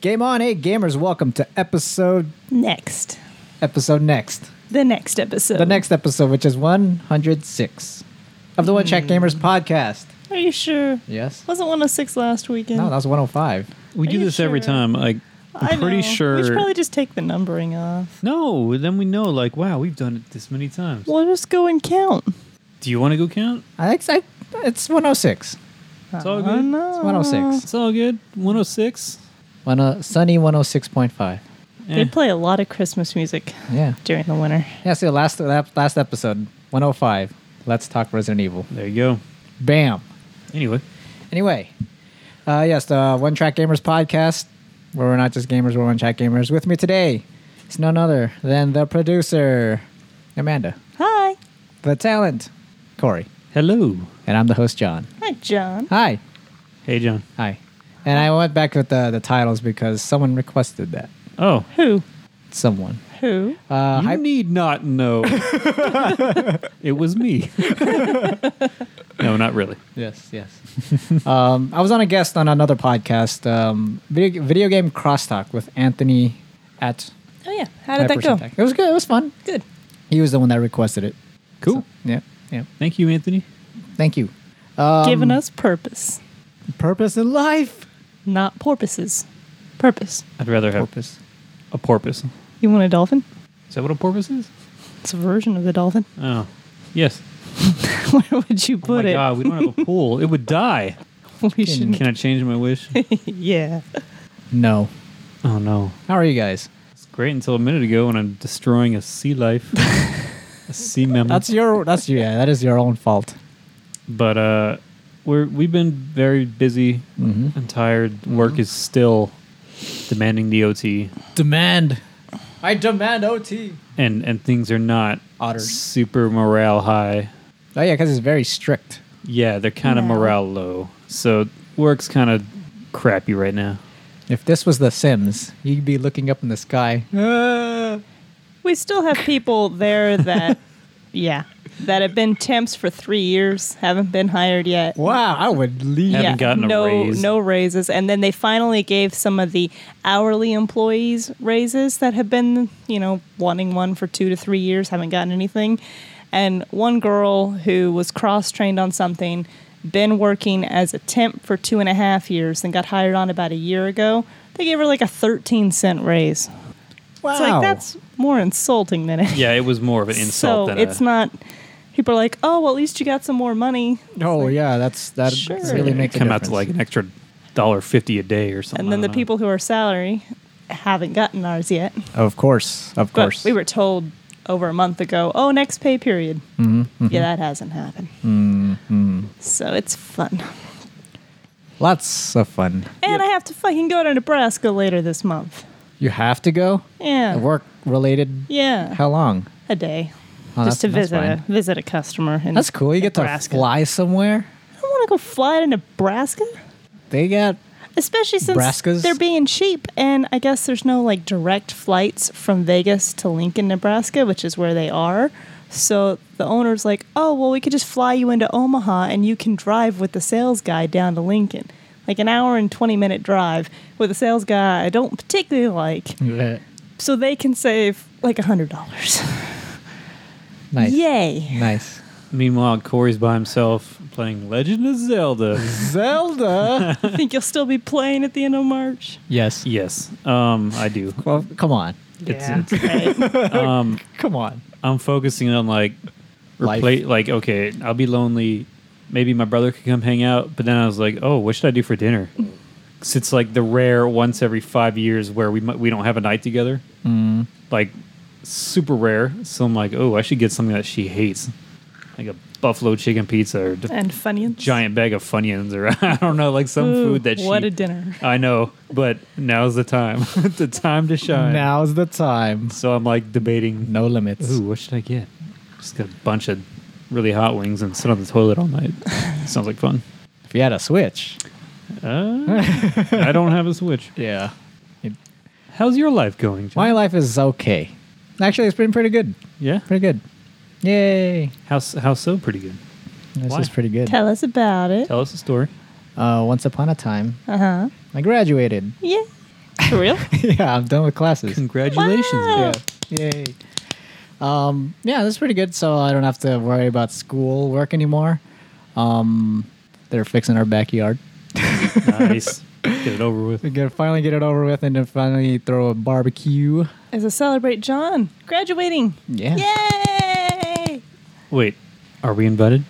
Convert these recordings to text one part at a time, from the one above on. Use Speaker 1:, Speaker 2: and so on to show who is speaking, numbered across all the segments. Speaker 1: Game on, hey gamers! Welcome to episode
Speaker 2: Next.
Speaker 1: episode next,
Speaker 2: The next episode.
Speaker 1: the next episode, which is one hundred six of the One Check Gamers podcast.
Speaker 2: Are you sure?
Speaker 1: Yes.
Speaker 2: Wasn't 106 last weekend?
Speaker 1: No, that was one hundred five.
Speaker 3: We
Speaker 2: Are
Speaker 3: do
Speaker 2: you
Speaker 3: this every
Speaker 2: sure?
Speaker 3: time. Like,
Speaker 2: I
Speaker 3: I'm pretty
Speaker 2: know.
Speaker 3: sure.
Speaker 2: We should probably just take the numbering off.
Speaker 3: no, then we know. Like, wow, we've done it this many times.
Speaker 2: We'll just go and count.
Speaker 3: Do you want to go count?
Speaker 1: I think I, it's one hundred six.
Speaker 3: It's all
Speaker 2: I
Speaker 3: good.
Speaker 2: know.
Speaker 1: It's one hundred six.
Speaker 3: It's all good. 106.
Speaker 1: One uh, sunny one hundred six point five.
Speaker 2: They
Speaker 3: Eh.
Speaker 2: play a lot of Christmas music
Speaker 1: Yeah.
Speaker 2: during the winter.
Speaker 1: Yeah. See, the last that last episode one hundred five. Let's talk Resident Evil.
Speaker 3: There you go.
Speaker 1: Bam.
Speaker 3: Anyway,
Speaker 1: Anyway, uh, yes, the One Track Gamers podcast, where we're not just gamers, we're One Track Gamers. With me today is none other than the producer, Amanda,
Speaker 2: Hi.
Speaker 1: the talent, Corey,
Speaker 3: hello.
Speaker 1: and I'm the host, John.
Speaker 2: Hi, John.
Speaker 1: Hi.
Speaker 3: Hey, John.
Speaker 1: Hi. And I went back with the, the titles because someone requested that.
Speaker 3: Oh,
Speaker 2: Who?
Speaker 1: Someone.
Speaker 2: Who?
Speaker 1: Uh,
Speaker 3: you
Speaker 1: hi-
Speaker 3: need not know. it was me. no, not really.
Speaker 1: Yes, yes. um, I was on a guest on another podcast, um, video, video game crosstalk with Anthony at.
Speaker 2: Oh, yeah. How did that go?
Speaker 1: 5% Tech. It was good. It was fun.
Speaker 2: Good.
Speaker 1: He was the one that requested it.
Speaker 3: Cool.
Speaker 1: So, yeah, yeah.
Speaker 3: Thank you, Anthony.
Speaker 1: Thank you.
Speaker 2: Giving
Speaker 3: Um,
Speaker 2: us purpose,
Speaker 1: Purpose in life.
Speaker 2: not porpoises. Purpose.
Speaker 3: I'd rather have
Speaker 1: Purpose.
Speaker 3: a porpoise.
Speaker 2: You want a dolphin?
Speaker 3: Is that what a porpoise is?
Speaker 2: It's a version of the dolphin.
Speaker 3: Oh, yes.
Speaker 2: Where would you put
Speaker 3: oh my
Speaker 2: it?
Speaker 3: God, we don't have a pool. It would die.
Speaker 2: We shouldn't.
Speaker 3: Can I change my wish?
Speaker 2: yeah.
Speaker 1: No.
Speaker 3: oh no.
Speaker 1: How are you guys?
Speaker 3: It's great until a minute ago when I'm destroying a sea life, a sea mammal.
Speaker 1: That's your. That's yeah. That is your own fault.
Speaker 3: but uh, we're we've been very busy and tired.
Speaker 2: Mm-hmm.
Speaker 3: Work is still demanding the OT,
Speaker 1: Demand. I demand OT.
Speaker 3: and and things are not
Speaker 1: Otters.
Speaker 3: super morale high.
Speaker 1: Oh yeah, because it's very strict.
Speaker 3: Yeah, they're kind of
Speaker 2: No.
Speaker 3: morale low. So work's kind of crappy right now.
Speaker 1: If this was The Sims, you'd be looking up in the sky.
Speaker 2: We still have people there that, yeah, that have been temps for three years, haven't been hired yet.
Speaker 1: Wow, I would leave.
Speaker 3: Haven't
Speaker 2: Yeah,
Speaker 3: gotten a
Speaker 2: no,
Speaker 3: raise.
Speaker 2: no raises, and then they finally gave some of the hourly employees raises that have been, you know, wanting one for two to three years, haven't gotten anything. And one girl who was cross trained on something, been working as a temp for two and a half years, and got hired on about a year ago. They gave her like a thirteen cent raise.
Speaker 1: Wow.
Speaker 2: It's like that's more insulting than it.
Speaker 3: Yeah, it was more of an
Speaker 2: so
Speaker 3: insult than
Speaker 2: it's
Speaker 3: a,
Speaker 2: not. People are like, oh, well, at least you got some more money,
Speaker 1: Oh yeah, that's that
Speaker 2: Sure.
Speaker 1: really
Speaker 2: It
Speaker 1: makes a
Speaker 3: come out to
Speaker 1: difference.
Speaker 3: like an extra dollar fifty a day or something.
Speaker 2: and then
Speaker 3: I
Speaker 2: the
Speaker 3: don't know.
Speaker 2: people who are salary haven't gotten ours yet.
Speaker 1: Uh-huh. Of course, of
Speaker 2: But
Speaker 1: course.
Speaker 2: we were told over a month ago, oh, next pay period.
Speaker 1: Mm-hmm,
Speaker 2: Yeah, that hasn't happened. So it's fun.
Speaker 1: Lots of fun.
Speaker 2: And I have to fucking go to Nebraska later this month.
Speaker 1: You have to go.
Speaker 2: Yeah.
Speaker 1: Work related.
Speaker 2: Yeah.
Speaker 1: How long?
Speaker 2: A day.
Speaker 1: Oh, that's-
Speaker 2: just to
Speaker 1: that's
Speaker 2: visit a,
Speaker 1: fine.
Speaker 2: visit a customer. In
Speaker 1: That's cool. You get
Speaker 2: Nebraska.
Speaker 1: to fly somewhere.
Speaker 2: I don't want to go fly to Nebraska,
Speaker 1: They got
Speaker 2: especially since
Speaker 1: Nebraskas?
Speaker 2: they're being cheap. And I guess there's no like direct flights from Vegas to Lincoln, Nebraska, which is where they are. So the owner's like, oh, well, we could just fly you into Omaha and you can drive with the sales guy down to Lincoln. Like an hour and 20 minute drive with a sales guy I don't particularly like. So they can save like $100.
Speaker 1: nice.
Speaker 2: Yay.
Speaker 1: Nice.
Speaker 3: Meanwhile, Corey's by himself playing Legend of Zelda.
Speaker 1: Zelda.
Speaker 2: I think you'll still be playing at the end of March.
Speaker 1: yes.
Speaker 3: yes, um, I do.
Speaker 1: Well, come on.
Speaker 2: Yeah. Right.
Speaker 1: Come on.
Speaker 3: I'm focusing on like
Speaker 1: Life.
Speaker 3: replace. Like, okay, I'll be lonely. Maybe my brother could come hang out. But then I was like, oh, what should I do for dinner? 'Cause it's like the rare once every five years where we mu- we don't have a night together. Mm. Like super rare. So I'm like, oh, I should get something that she hates, like a buffalo chicken pizza or d-
Speaker 2: and Funyuns.
Speaker 3: giant bag of Funyuns or I don't know, like some
Speaker 2: Ooh,
Speaker 3: food that she.
Speaker 2: What a dinner.
Speaker 3: I know, but now's the time. the time to shine.
Speaker 1: Now's the time.
Speaker 3: So I'm like debating.
Speaker 1: No limits.
Speaker 3: Ooh, what should I get? Just get a bunch of really hot wings and sit on the toilet all night. Sounds like fun.
Speaker 1: If you had a switch.
Speaker 3: Uh, I don't have a switch.
Speaker 1: Yeah.
Speaker 3: How's your life going? John?
Speaker 1: My life is okay. Actually, it's been pretty good.
Speaker 3: Yeah.
Speaker 1: Pretty good. Yay.
Speaker 3: How s- how so? Pretty good.
Speaker 1: This
Speaker 3: Why?
Speaker 1: is pretty good.
Speaker 2: Tell us about it.
Speaker 3: Tell us a story.
Speaker 1: Uh, once upon a time,
Speaker 2: Uh huh.
Speaker 1: I graduated.
Speaker 2: Yeah. For real?
Speaker 1: yeah, I'm done with classes.
Speaker 3: Congratulations.
Speaker 2: Wow.
Speaker 1: Yeah. Yay. Um, yeah, that's pretty good. So I don't have to worry about school work anymore. Um, they're fixing our backyard.
Speaker 3: nice. Get it over with.
Speaker 1: We can finally get it over with and then finally throw a barbecue.
Speaker 2: As a celebrate John graduating.
Speaker 1: Yeah.
Speaker 2: Yay!
Speaker 3: Wait, are we invited?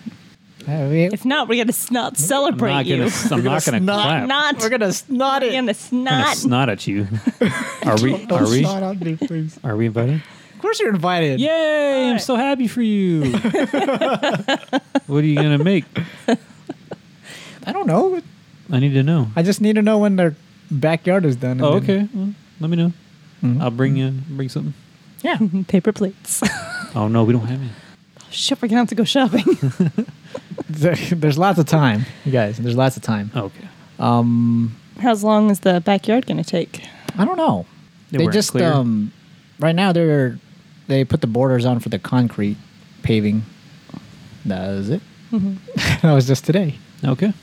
Speaker 1: Uh, we-
Speaker 2: If not, we're gonna s- not celebrate
Speaker 3: I'm not
Speaker 2: you.
Speaker 3: gonna. I'm not gonna
Speaker 1: snot-
Speaker 3: clap.
Speaker 2: not.
Speaker 1: we're gonna snot
Speaker 2: We're
Speaker 1: it.
Speaker 2: gonna
Speaker 3: I'm
Speaker 2: snot.
Speaker 3: gonna snot at you. Are we? Are we?
Speaker 1: Snot on me, please.
Speaker 3: Are we invited?
Speaker 1: Of course you're invited.
Speaker 3: Yay! I'm
Speaker 2: right.
Speaker 3: so happy for you. what are you gonna make?
Speaker 1: I don't know.
Speaker 3: I need to know.
Speaker 1: I just need to know when their backyard is done. and
Speaker 3: Oh,
Speaker 1: then-
Speaker 3: okay. Well, let me know.
Speaker 2: Mm-hmm.
Speaker 3: I'll bring you. Bring something.
Speaker 1: Yeah.
Speaker 2: Paper plates.
Speaker 3: Oh no, we don't have any.
Speaker 2: Shit, we're gonna have to go shopping.
Speaker 1: There- There's lots of time, you guys. There's lots of time.
Speaker 3: Oh, okay.
Speaker 1: Um,
Speaker 2: How's long is the backyard gonna take?
Speaker 1: I don't know.
Speaker 3: They
Speaker 1: They,
Speaker 3: weren't
Speaker 1: just
Speaker 3: clear?
Speaker 1: um, right now they're they put the borders on for the concrete paving. That was it. that was just today.
Speaker 3: Okay.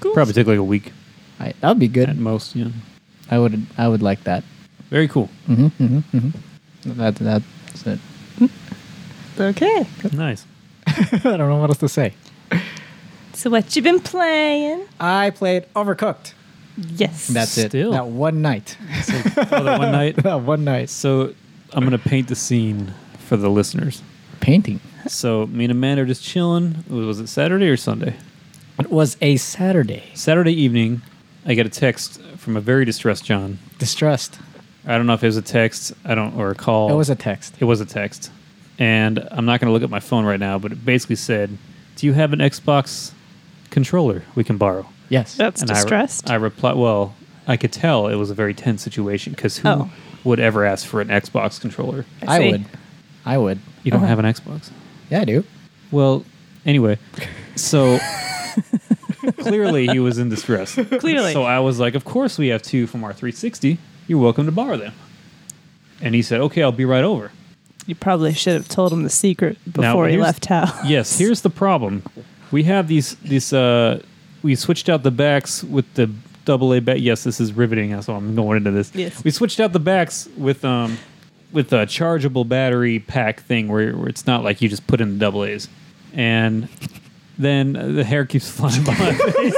Speaker 2: Cool.
Speaker 3: Probably took like a week
Speaker 1: I, that would be
Speaker 3: at
Speaker 1: good.
Speaker 3: most. Yeah.
Speaker 1: I would I would like that.
Speaker 3: Very cool.
Speaker 1: hmm hmm hmm That that's it.
Speaker 2: Okay.
Speaker 3: Nice.
Speaker 1: I don't know what else to say.
Speaker 2: So what you been playing?
Speaker 1: I played Overcooked.
Speaker 2: Yes.
Speaker 1: That's it.
Speaker 3: Still.
Speaker 1: That one night.
Speaker 3: So, oh, that one night.
Speaker 1: that one night.
Speaker 3: So I'm gonna paint the scene for the listeners.
Speaker 1: Painting.
Speaker 3: So me and Amanda are just chilling. Was it Saturday or Sunday?
Speaker 1: It was a Saturday.
Speaker 3: Saturday evening, I get a text from a very distressed John.
Speaker 1: Distressed.
Speaker 3: I don't know if it was a text. I don't or a call.
Speaker 1: It was a text.
Speaker 3: It was a text, and I'm not going to look at my phone right now. But it basically said, "Do you have an Xbox controller we can borrow?"
Speaker 1: Yes.
Speaker 2: That's
Speaker 3: I re-
Speaker 2: distressed.
Speaker 3: I, replied, "Well, I could tell it was a very tense situation because who
Speaker 2: Oh.
Speaker 3: would ever ask for an Xbox controller?
Speaker 2: I
Speaker 1: I,
Speaker 2: see.
Speaker 1: would. I would.
Speaker 3: You
Speaker 2: Uh-huh.
Speaker 3: don't have an Xbox."
Speaker 1: Yeah, I do.
Speaker 3: Well, anyway, so clearly he was in distress.
Speaker 2: Clearly.
Speaker 3: So I was like, Of course we have two from our 360. You're welcome to borrow them. And he said, Okay, I'll be right over.
Speaker 2: you probably should have told him the secret before he
Speaker 3: here's-
Speaker 2: left town.
Speaker 3: Yes, here's the problem. We have these, these, uh, we switched out the backs with the double A back. Yes, this is riveting. So I'm going into this.
Speaker 2: Yes.
Speaker 3: We switched out the backs with, um, with a chargeable battery pack thing where, where it's not like you just put in the double A's. And then uh, the hair keeps flying by my face.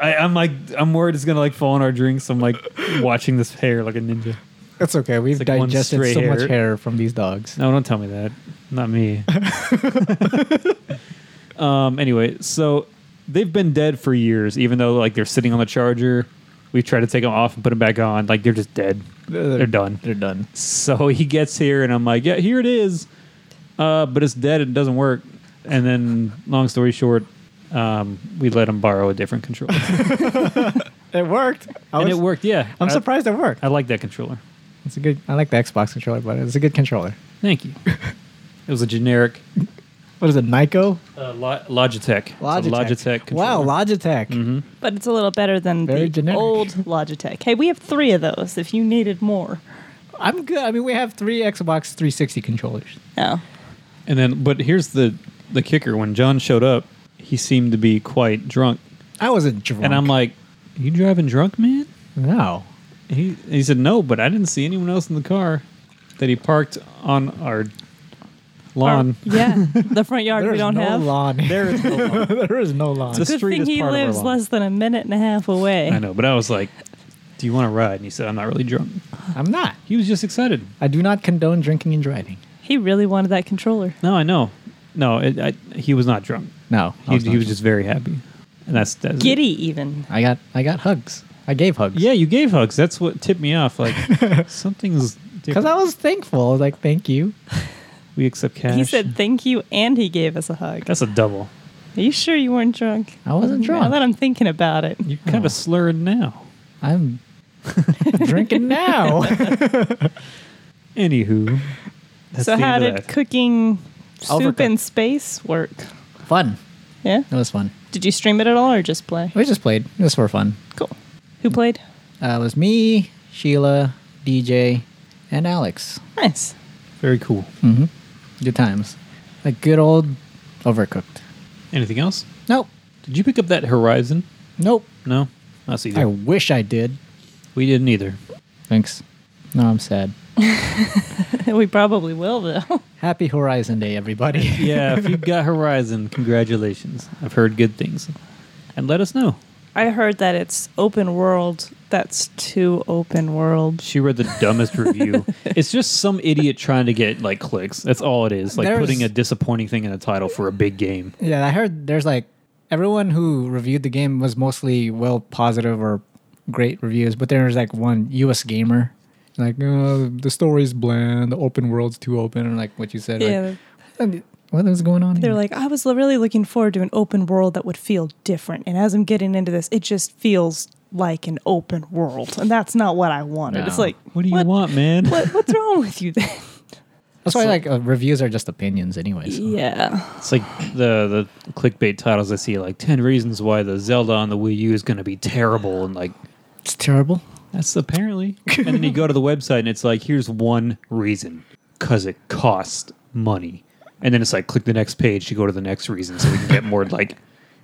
Speaker 3: I, I'm like, I'm worried it's gonna like fall on our drinks. I'm like watching this hair like a ninja.
Speaker 1: That's okay. We've
Speaker 3: like one
Speaker 1: digested
Speaker 3: stray
Speaker 1: so
Speaker 3: hair.
Speaker 1: much hair from these dogs.
Speaker 3: No, don't tell me that. Not me. um. Anyway, so they've been dead for years, even though like they're sitting on the charger. We try to take them off and put them back on. Like they're just dead. They're, done.
Speaker 1: They're done.
Speaker 3: So he gets here, and I'm like, yeah, here it is. Uh, but it's dead. It doesn't work. And then, long story short, um, we let him borrow a different controller,
Speaker 1: It worked. I
Speaker 3: and
Speaker 1: was-
Speaker 3: it worked. Yeah,
Speaker 1: I'm
Speaker 3: I-
Speaker 1: surprised it worked.
Speaker 3: I like that controller.
Speaker 1: It's a good. I like the Xbox controller, but it's a good controller.
Speaker 3: Thank you. it was a generic
Speaker 1: What is it? Nyko.
Speaker 3: Uh, Lo- Logitech. It's a Logitech
Speaker 1: Wow,
Speaker 3: controller. Mm-hmm.
Speaker 1: Logitech.
Speaker 2: But it's a little better than
Speaker 1: Very
Speaker 2: the
Speaker 1: generic.
Speaker 2: old Logitech. Hey, we have three of those if you needed more.
Speaker 1: I'm good. I mean, we have three Xbox 360 controllers.
Speaker 2: Oh.
Speaker 3: And then, but here's the the kicker: when John showed up, he seemed to be quite drunk,
Speaker 1: I wasn't drunk.
Speaker 3: and I'm like, "You driving drunk, man?"
Speaker 1: no.
Speaker 3: He he said, "No, but I didn't see anyone else in the car that he parked on our lawn."
Speaker 2: yeah. The front yard
Speaker 1: There
Speaker 2: we
Speaker 1: is
Speaker 2: don't
Speaker 1: no
Speaker 2: have.
Speaker 1: lawn.
Speaker 3: there is no lawn.
Speaker 1: there is no lawn.
Speaker 3: Just- The
Speaker 2: Good
Speaker 3: street
Speaker 2: thing
Speaker 3: is
Speaker 2: he
Speaker 3: part of our
Speaker 2: lives
Speaker 3: lawn.
Speaker 2: less than a minute and a half away.
Speaker 3: I know, but I was like, "Do you want to ride?" And he said, "I'm not really drunk."
Speaker 1: I'm not.
Speaker 3: He was just excited.
Speaker 1: I do not condone drinking and driving.
Speaker 2: He really wanted that controller.
Speaker 3: No, I know. No, it, I, he was not drunk.
Speaker 1: No, I
Speaker 3: He,
Speaker 1: was not
Speaker 3: he was
Speaker 1: drunk.
Speaker 3: just very happy, and that's, that's
Speaker 2: Giddy even.
Speaker 1: I got. I got hugs. I gave hugs.
Speaker 3: Yeah, you gave hugs. That's what tipped me off. Like something's
Speaker 1: Because
Speaker 3: different.
Speaker 1: I was thankful. I was like, thank you.
Speaker 3: we accept cash.
Speaker 2: He said thank you and he gave us a hug.
Speaker 3: "That's a double."
Speaker 2: Are you sure you weren't drunk?
Speaker 1: I wasn't
Speaker 2: Now
Speaker 1: drunk.
Speaker 2: that I'm thinking about it.
Speaker 3: You're kind of slurred now.
Speaker 1: I'm drinking now.
Speaker 3: Anywho, that's
Speaker 2: so
Speaker 3: the
Speaker 2: how
Speaker 3: end of
Speaker 2: did
Speaker 3: that.
Speaker 2: cooking soup
Speaker 1: Overcooked.
Speaker 2: in space work?
Speaker 1: fun.
Speaker 2: Yeah?
Speaker 1: It was fun.
Speaker 2: Did you stream it at all or just play?
Speaker 1: We just played. It was for fun.
Speaker 2: Cool. Who played?
Speaker 1: Uh, it was me, Sheila, DJ, and Alex.
Speaker 2: Nice.
Speaker 3: Very cool.
Speaker 1: Mm-hmm. Good times. Like good old overcooked.
Speaker 3: Anything else?
Speaker 1: Nope.
Speaker 3: Did you pick up that Horizon?
Speaker 1: Nope.
Speaker 3: No, not
Speaker 1: I
Speaker 3: either.
Speaker 1: wish I did.
Speaker 3: we didn't either.
Speaker 1: Thanks. No, I'm sad.
Speaker 2: we probably will though.
Speaker 1: Happy Horizon Day, everybody.
Speaker 3: Yeah, if you got Horizon, congratulations. I've heard good things, and let us know.
Speaker 2: I heard that it's open world. That's too open world.
Speaker 3: She read the dumbest review. It's just some idiot trying to get like clicks. That's all it is. Like
Speaker 1: There's-
Speaker 3: putting a disappointing thing in a title for a big game.
Speaker 1: Yeah, I heard there's like everyone who reviewed the game was mostly well positive or great reviews, but there was like one US gamer like oh, the story's bland, the open world's too open, and like what you said.
Speaker 2: Yeah.
Speaker 1: Like, what is going on?
Speaker 2: They're
Speaker 1: here?
Speaker 3: Mm.
Speaker 2: like, I was really looking forward to an open world that would feel different. And as I'm getting into this, it just feels like an open world. And that's not what I wanted. It's
Speaker 1: No.
Speaker 2: like,
Speaker 3: What do you want, man?
Speaker 2: What, what's wrong with you then?
Speaker 1: that's why like uh, reviews are just opinions anyway. So.
Speaker 2: Yeah.
Speaker 3: It's like the the clickbait titles I see, like ten reasons why the Zelda on the Wii U is going to be terrible, and like
Speaker 1: It's terrible.
Speaker 3: that's apparently. and then you go to the website, and it's like, here's one reason, cause it costs money. And then it's like, click the next page to go to the next reason, so we can get more like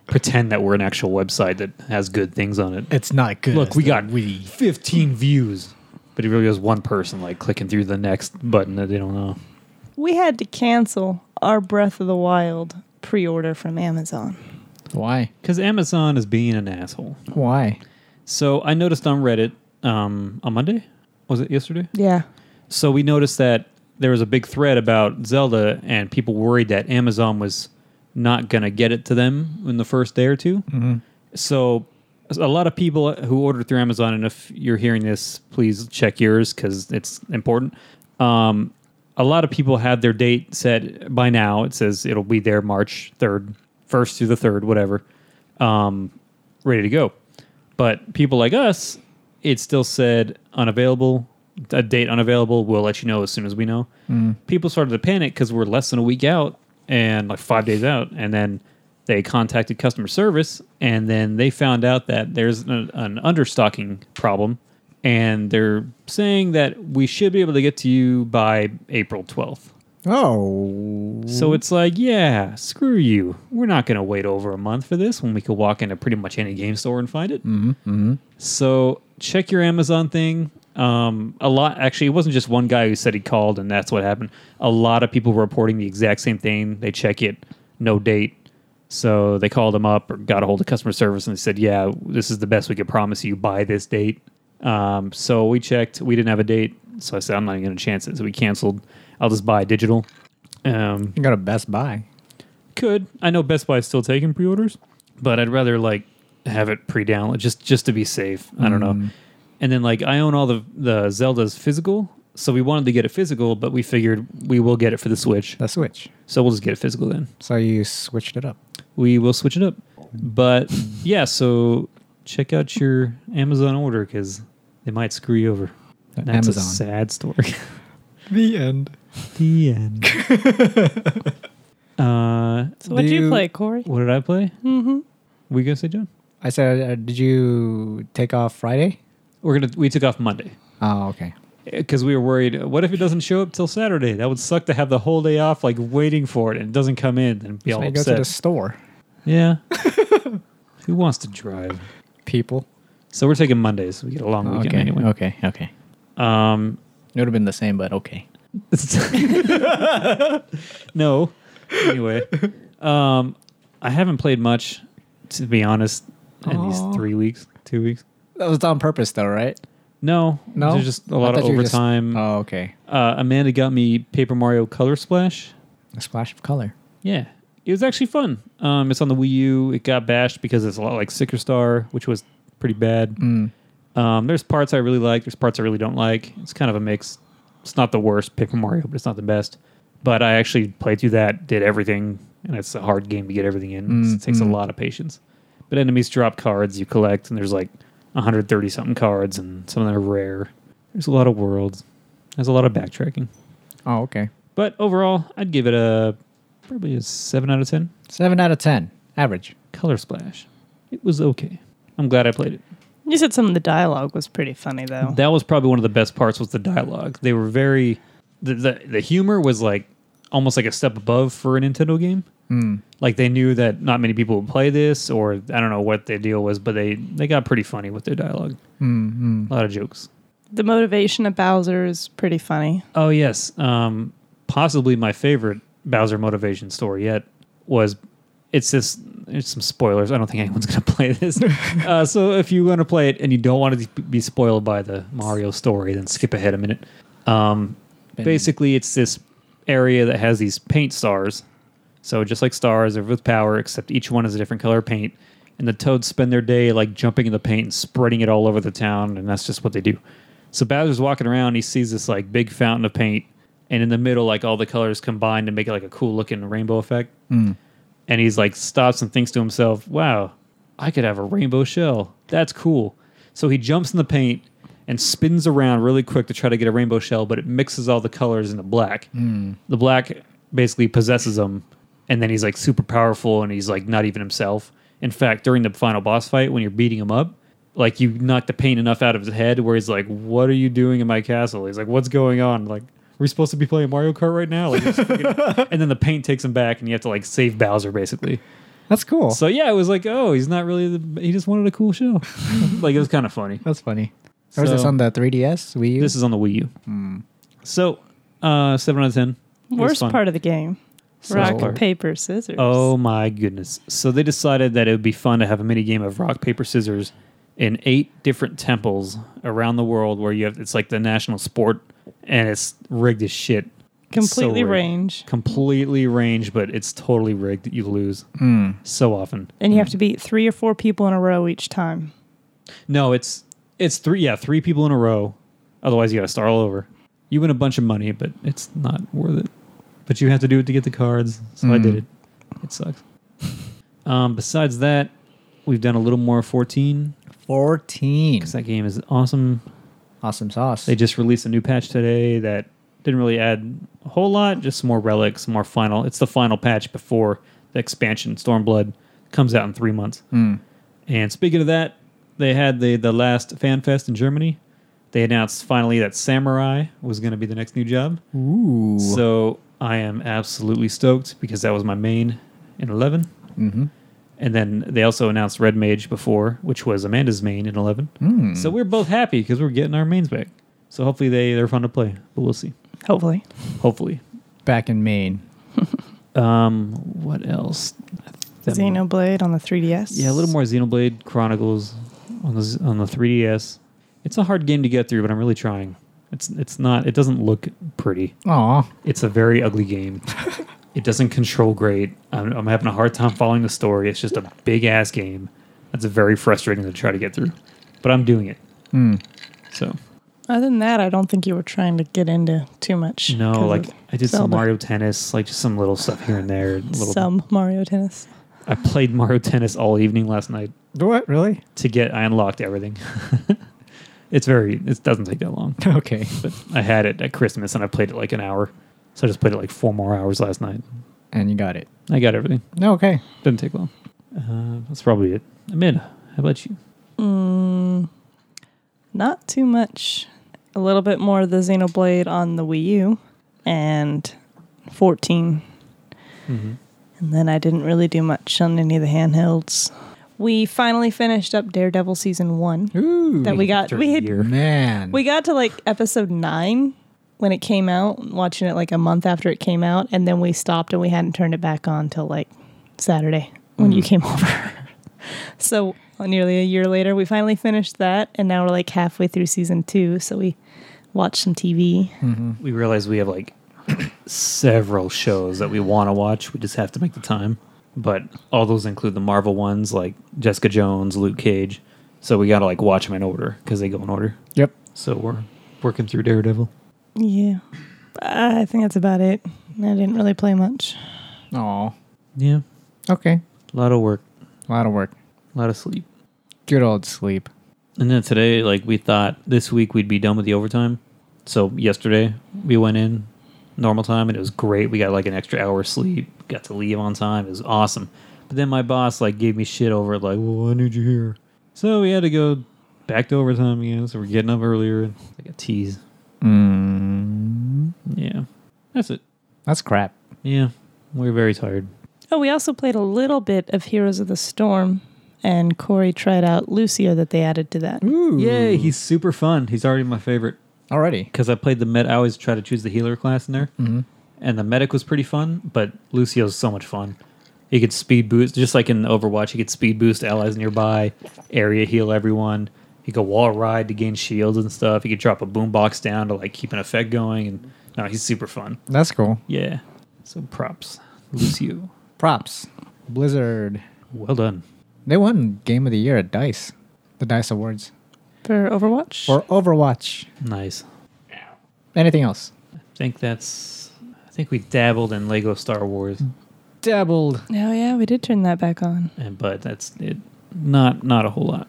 Speaker 3: pretend that we're an actual website that has good things on it.
Speaker 1: It's not good.
Speaker 3: Look, we got we 15 views, but it really was one person like clicking through the next button that they don't know.
Speaker 2: We had to cancel our Breath of the Wild pre order from Amazon.
Speaker 1: why?
Speaker 3: Because Amazon is being an asshole.
Speaker 1: Why?
Speaker 3: So I noticed on Reddit um, on Monday, was it yesterday?
Speaker 2: Yeah.
Speaker 3: So we noticed that there was a big thread about Zelda, and people worried that Amazon was not going to get it to them in the first day or 2 So a lot of people who ordered through Amazon, and if you're hearing this, please check yours because it's important. Um, a lot of people had their date set by now. It says it'll be there March 3rd, 1st through the 3rd, whatever, um, ready to go. But people like us, it still said unavailable, a date unavailable. We'll let you know as soon as we know. People started to panic because we're less than a week out and like five days out. And then they contacted customer service and then they found out that there's an, an understocking problem. And they're saying that we should be able to get to you by April 12th.
Speaker 1: Oh,
Speaker 3: So it's like, yeah, screw you. We're not going to wait over a month for this when we could walk into pretty much any game store and find it. Mm-hmm, So check your Amazon thing. Um, a lot, actually, it wasn't just one guy who said he called and that's what happened. A lot of people were reporting the exact same thing. They check it, no date. So they called him up or got a hold of customer service and they said, yeah, this is the best we could promise you by this date. Um, so we checked. We didn't have a date. So I said, I'm not even going to chance it. So we canceled. I'll just buy digital. Um,
Speaker 1: you got a Best Buy.
Speaker 3: could. I know Best Buy is still taking pre-orders, but I'd rather like have it pre-download just just to be safe. I don't know. And then like I own all the the Zelda's physical, so we wanted to get it physical, but we figured we will get it for the Switch,
Speaker 1: The Switch.
Speaker 3: so we'll just get it physical then.
Speaker 1: So you switched it up.
Speaker 3: We will switch it up, but yeah. So check out your Amazon order because they might screw you over.
Speaker 1: That
Speaker 3: And That's a
Speaker 1: Amazon.
Speaker 3: sad story.
Speaker 1: The end.
Speaker 3: the end. uh,
Speaker 2: So what'd you,
Speaker 1: You-
Speaker 2: play, Corey?
Speaker 3: what did I play? Mm-hmm. We gonna say John?
Speaker 1: I said, uh, did you take off Friday?
Speaker 3: We're gonna we took off Monday
Speaker 1: Oh, okay.
Speaker 3: because we were worried. What if it doesn't show up till Saturday? That would suck to have the whole day off, like waiting for it, and it doesn't come in and be
Speaker 1: So
Speaker 3: all
Speaker 1: I go to
Speaker 3: upset.
Speaker 1: the store.
Speaker 3: yeah. Who wants to drive?
Speaker 1: People.
Speaker 3: So we're taking Mondays. We get a long weekend
Speaker 1: Okay.
Speaker 3: anyway.
Speaker 1: Okay. Okay.
Speaker 3: Um,
Speaker 1: It would have been the same, but okay.
Speaker 3: no. Anyway, um, I haven't played much, to be honest, in
Speaker 1: Aw.
Speaker 3: these three weeks, two weeks.
Speaker 1: That was on purpose, though, right?
Speaker 3: No,
Speaker 1: No.
Speaker 3: there's just a
Speaker 1: I
Speaker 3: lot of
Speaker 1: thought you were just-
Speaker 3: overtime.
Speaker 1: oh, okay.
Speaker 3: uh, Amanda got me Paper Mario Color Splash.
Speaker 1: A splash of color.
Speaker 3: Yeah, it was actually fun. Um, it's on the Wii U. It got bashed because it's a lot like Sicker Star, which was pretty bad. Um, there's parts I really like. There's parts I really don't like. It's kind of a mix. It's not the worst Paper Mario, but it's not the best. But I actually played through that, did everything, and it's a hard game to get everything in. 'cause It takes a lot of patience. But enemies drop cards you collect, and there's like 130 something cards, and some of them are rare. There's a lot of worlds. There's a lot of backtracking.
Speaker 1: Oh, okay.
Speaker 3: But overall, I'd give it a probably a seven out of ten.
Speaker 1: Seven out of ten, average.
Speaker 3: Color Splash. It was okay. I'm glad I played it.
Speaker 2: You said some of the dialogue was pretty funny though.
Speaker 3: That was probably one of the best parts was the dialogue. They were very the the, the humor was like almost like a step above for a Nintendo game. Like they knew that not many people would play this, or I don't know what their deal was, but they they got pretty funny with their dialog A lot of jokes.
Speaker 2: The motivation of Bowser is pretty funny.
Speaker 3: Oh yes, um, possibly my favorite Bowser motivation story yet was it's this. It's some spoilers. I don't think anyone's going to play this. uh, so if you want to play it and you don't want to be spoiled by the Mario story, then skip ahead a minute. Um,
Speaker 1: Been-
Speaker 3: basically, it's this area that has these paint stars. So just like stars, they're with power, except each one is a different color of paint. And the toads spend their day like jumping in the paint and spreading it all over the town, and that's just what they do. So Bowser's walking around, he sees this like big fountain of paint, and in the middle, like all the colors combine to make it like a cool looking rainbow effect. And he's like stops and thinks to himself, "Wow, I could have a rainbow shell. That's cool." So he jumps in the paint and spins around really quick to try to get a rainbow shell, but it mixes all the colors into black the black basically possesses him and then he's like super powerful and he's like not even himself in fact during the final boss fight when you're beating him up like you knock the pain enough out of his head where he's like what are you doing in my castle he's like what's going on like we're supposed to be playing mario kart right now like, it's freaking- and then the paint takes him back and you have to like save bowser basically
Speaker 1: That's cool.
Speaker 3: so yeah it was like oh he's not really the he just wanted a cool show like it was kind of funny
Speaker 1: That's funny. Or is this
Speaker 3: So-
Speaker 1: on the 3DS Wii U?
Speaker 3: this is on the wii u so uh 7 out of 10 It was
Speaker 2: Worst
Speaker 3: fun.
Speaker 2: part of the game.
Speaker 3: So-
Speaker 2: Rock, paper, scissors.
Speaker 3: Oh my goodness. So they decided that it would be fun to have a mini game of rock, paper, scissors in eight different temples around the world where you have it's like the national sport and it's rigged as shit.
Speaker 2: completely
Speaker 3: rigged.
Speaker 2: range.
Speaker 3: Completely range, but it's totally rigged. You lose
Speaker 1: Hmm.
Speaker 3: so often.
Speaker 2: And you have to beat three or four people in a row each time.
Speaker 3: No, it's it's three yeah, three people in a row. Otherwise you gotta start all over. You win a bunch of money, but it's not worth it. But you have to do it to get the cards. So I did it. It sucks. um, besides that, we've done a little more 14
Speaker 1: 14.
Speaker 3: because that game is awesome.
Speaker 1: Awesome sauce.
Speaker 3: They just released a new patch today that didn't really add a whole lot, just some more relics, more final. It's the final patch before the expansion Stormblood comes out in three months. And speaking of that, they had the the last fan fest in Germany. They announced finally that Samurai was going to be the next new job.
Speaker 1: Ooh.
Speaker 3: So I am absolutely stoked because that was my main in 11.
Speaker 1: mm-hmm.
Speaker 3: And then they also announced Red Mage before, which was Amanda's main in 11.
Speaker 1: Mm.
Speaker 3: So we're both happy because we're getting our mains back. So hopefully they, they're fun to play, but we'll see.
Speaker 2: Hopefully.
Speaker 3: Hopefully.
Speaker 1: Back in Maine.
Speaker 3: Um, what else? Them-
Speaker 2: Xenoblade on the 3DS.
Speaker 3: Yeah, a little more Xenoblade Chronicles on the z- on the 3DS. It's a hard game to get through, but I'm really trying. It's it's not. It doesn't look pretty.
Speaker 1: Aw.
Speaker 3: It's a very ugly game. it doesn't control great. I'm, I'm having a hard time following the story. It's just a big ass game. That's very frustrating to try to get through, but I'm doing it.
Speaker 1: Hmm.
Speaker 3: So
Speaker 2: Other than that, I don't think you were trying to get into too much.
Speaker 3: no,
Speaker 2: 'cause of
Speaker 3: like I did some
Speaker 2: Zelda.
Speaker 3: Mario Tennis, like just some little stuff here and there. Little,
Speaker 2: Some Mario Tennis.
Speaker 3: I played Mario Tennis all evening last night.
Speaker 1: What? Really?
Speaker 3: to get I unlocked everything. it's very it doesn't take that long.
Speaker 1: Okay.
Speaker 3: But I had it at Christmas and I played it like an hour. So I just played it like four more hours last night.
Speaker 1: And you got it.
Speaker 3: I got everything.
Speaker 1: No, okay.
Speaker 3: Didn't take long. Uh, that's probably it. Amanda, how about you?
Speaker 2: Mm, not too much. A little bit more of the Xenoblade on the Wii U and 14.
Speaker 3: Mm-hmm.
Speaker 2: And then I didn't really do much on any of the handhelds. We finally finished up Daredevil season 1
Speaker 1: Ooh.
Speaker 2: that we got
Speaker 3: After a
Speaker 2: we had
Speaker 3: year.
Speaker 1: Man.
Speaker 2: we got to like episode 9 when it came out, watching it like a month after it came out and then we stopped and we hadn't turned it back on till like Saturday when
Speaker 1: Mm.
Speaker 2: you came over. so nearly a year later, we finally finished that, and now we're like halfway through season two. So we watched some TV.
Speaker 3: We realized we have like several shows that we want to watch. We just have to make the time. But all those include the Marvel ones like Jessica Jones, Luke Cage. So we got to like watch them in order because they go in order.
Speaker 1: yep.
Speaker 3: So we're working through Daredevil.
Speaker 1: Hmm.
Speaker 2: Yeah, I think that's about it. I didn't really play much.
Speaker 1: Aw.
Speaker 3: Yeah.
Speaker 1: Okay.
Speaker 3: A lot of work,
Speaker 1: A lot of work.
Speaker 3: a lot of sleep.
Speaker 1: Good old sleep.
Speaker 3: And then today, like we thought this week we'd be done with the overtime. So yesterday we went in normal time and it was great. We got like an extra hour of sleep, got to leave on time. It was awesome. But then my boss like gave me shit over it, like, well, I need you here. So we had to go back to overtime again, so we're getting up earlier. Like a tease.
Speaker 1: Mm,
Speaker 3: Yeah, that's it.
Speaker 1: that's crap.
Speaker 3: Yeah, we're very tired.
Speaker 2: Oh, we also played a little bit of Heroes of the Storm, and Corey tried out Lucio that they added to that.
Speaker 1: Ooh.
Speaker 3: Yay, he's super fun. He's already my favorite
Speaker 1: already.
Speaker 3: because I played the med. I always try to choose the healer class in there, mm-hmm. and the medic was pretty fun. But Lucio's so much fun. He could speed boost, just like in Overwatch. He could speed boost allies nearby, area heal everyone. He could wall ride to gain shields and stuff. He could drop a boombox down to like keep an effect going. And no, he's super fun.
Speaker 1: That's cool.
Speaker 3: Yeah. So props, Lucio.
Speaker 1: Props. Blizzard.
Speaker 3: Well done.
Speaker 1: They won Game of the Year at Dice, E. the Dice Awards
Speaker 2: For Overwatch?
Speaker 1: for Overwatch.
Speaker 3: Nice.
Speaker 1: Anything else?
Speaker 3: I think that's. I think we dabbled in Lego Star Wars,
Speaker 1: Dabbled.
Speaker 2: oh, yeah, we did turn that back on.
Speaker 3: and but that's it. Not not a whole lot.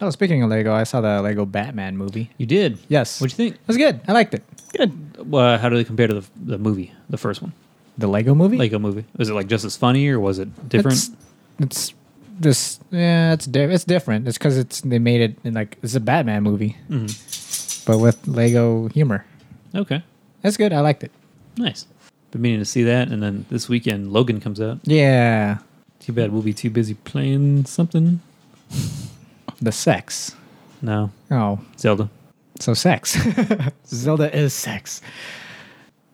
Speaker 1: Oh, speaking of Lego, I saw the Lego Batman movie.
Speaker 3: You did.
Speaker 1: Yes.
Speaker 3: What'd you think?
Speaker 1: It was good. I liked it.
Speaker 3: Good. Well, how do they compare to the, the movie, the first one,
Speaker 1: The Lego movie?
Speaker 3: Lego movie? Was it like just as funny, or was it different?
Speaker 1: It's, it's just yeah, it's di- it's different. It's because it's they made it in like it's a Batman movie, but with Lego humor.
Speaker 3: Okay,
Speaker 1: That's good. I liked it.
Speaker 3: nice. Been meaning to see that, and then this weekend Logan comes out.
Speaker 1: Yeah,
Speaker 3: Too bad we'll be too busy playing something.
Speaker 1: the sex.
Speaker 3: No,
Speaker 1: Oh,
Speaker 3: Zelda.
Speaker 1: so sex. Zelda is sex.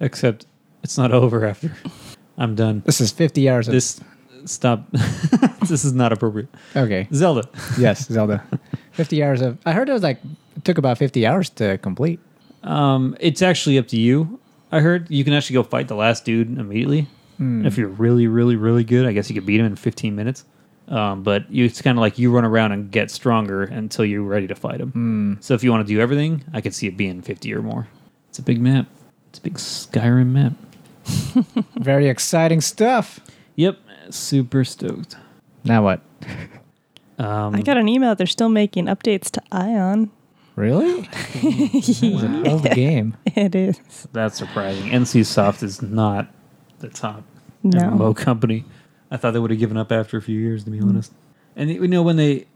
Speaker 3: Except it's not over after I'm done.
Speaker 1: This is fifty hours. Of,
Speaker 3: This stop. this is not appropriate.
Speaker 1: okay.
Speaker 3: Zelda.
Speaker 1: Yes, Zelda. fifty hours of. I heard it was like it took about fifty hours to complete.
Speaker 3: Um, it's actually up to you. I heard you can actually go fight the last dude immediately. If you're really, really, really good, I guess you could beat him in 15 minutes. Um, but you, it's kind of like you run around and get stronger until you're ready to fight
Speaker 1: Hmm.
Speaker 3: him. So if you want to do everything, I could see it being 50 or more. It's a big map. It's a big Skyrim map.
Speaker 1: Very exciting stuff.
Speaker 3: Yep, super stoked.
Speaker 1: Now what?
Speaker 3: Um,
Speaker 2: I got an email they're still making updates to Ion.
Speaker 1: Really? It's an old game.
Speaker 2: It is.
Speaker 3: That's surprising. NCSoft is not the top
Speaker 2: No.
Speaker 3: MMO company. I thought they would have given up after a few years, to be honest. And you know when they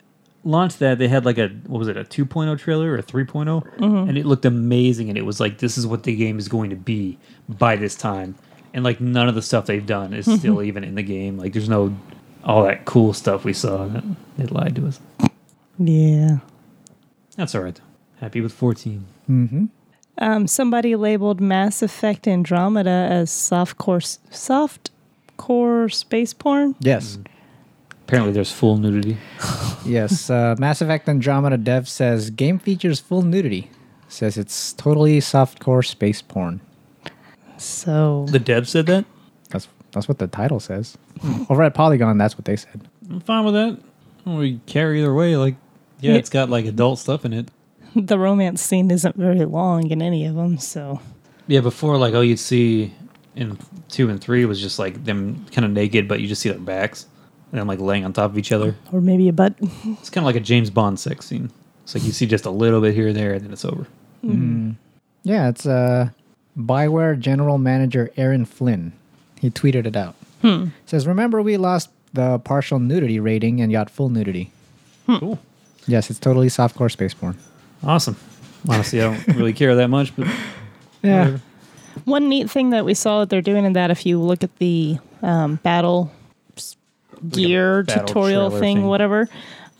Speaker 3: launched that, they had like a what was it, a 2.0 trailer or a 3.0, and it looked amazing. And it was like this is what the game is going to be by this time. And like none of the stuff they've done is still even in the game. Like there's no all that cool stuff we saw. They lied to us.
Speaker 2: Yeah.
Speaker 3: That's all right. though. Happy with 14.
Speaker 1: Mm-hmm.
Speaker 2: Um, somebody labeled Mass Effect Andromeda as soft core, soft core space porn.
Speaker 1: Yes.
Speaker 3: Apparently, there's full nudity.
Speaker 1: yes, uh, Mass Effect Andromeda dev says game features full nudity. Says it's totally softcore space porn.
Speaker 2: So
Speaker 3: The dev said that.
Speaker 1: That's that's what the title says. Over at Polygon, that's what they said.
Speaker 3: I'm fine with that. We care either way. Like, yeah,
Speaker 2: Yeah.
Speaker 3: it's got like adult stuff in it.
Speaker 2: the romance scene isn't very long in any of them. So
Speaker 3: Yeah, before like all you'd see in two and three was just like them kind of naked, but you just see their backs and them like laying on top of each other.
Speaker 2: or maybe a butt.
Speaker 3: It's kind of like a James Bond sex scene. It's like you see just a little bit here and there, and then it's over.
Speaker 1: Yeah, it's uh, Bioware general manager Aaron Flynn. He tweeted it out. Says, remember we lost the partial nudity rating and got full nudity. Hmm.
Speaker 3: Cool,
Speaker 1: Yes, it's totally softcore space porn.
Speaker 3: awesome. Honestly, I don't really care that much, but
Speaker 1: Yeah.
Speaker 3: Whatever.
Speaker 2: One neat thing that we saw that they're doing in that, if you look at the um, battle s- gear
Speaker 3: battle
Speaker 2: tutorial
Speaker 3: trailer
Speaker 2: thing,
Speaker 3: thing.
Speaker 2: whatever,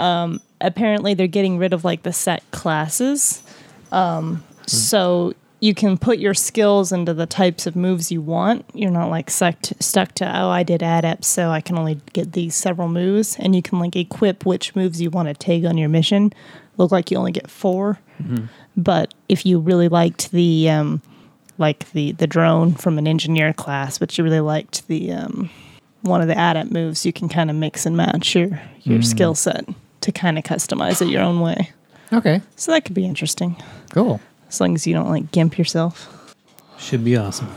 Speaker 2: um, apparently they're getting rid of like the set classes.
Speaker 3: Hmm.
Speaker 2: Um, So you can put your skills into the types of moves you want. You're not like stuck to, stuck to oh, I did adept, so I can only get these several moves. And you can like equip which moves you want to take on your mission. Look like you only get 4
Speaker 3: Mm-hmm.
Speaker 2: but if you really liked the um, like the the drone from an engineer class, but you really liked the um, one of the adept moves, you can kind of mix and match your your skill set to kind of customize it your own way.
Speaker 1: Okay,
Speaker 2: So that could be interesting,
Speaker 1: cool.
Speaker 2: as long as you don't like gimp yourself
Speaker 3: should be awesome.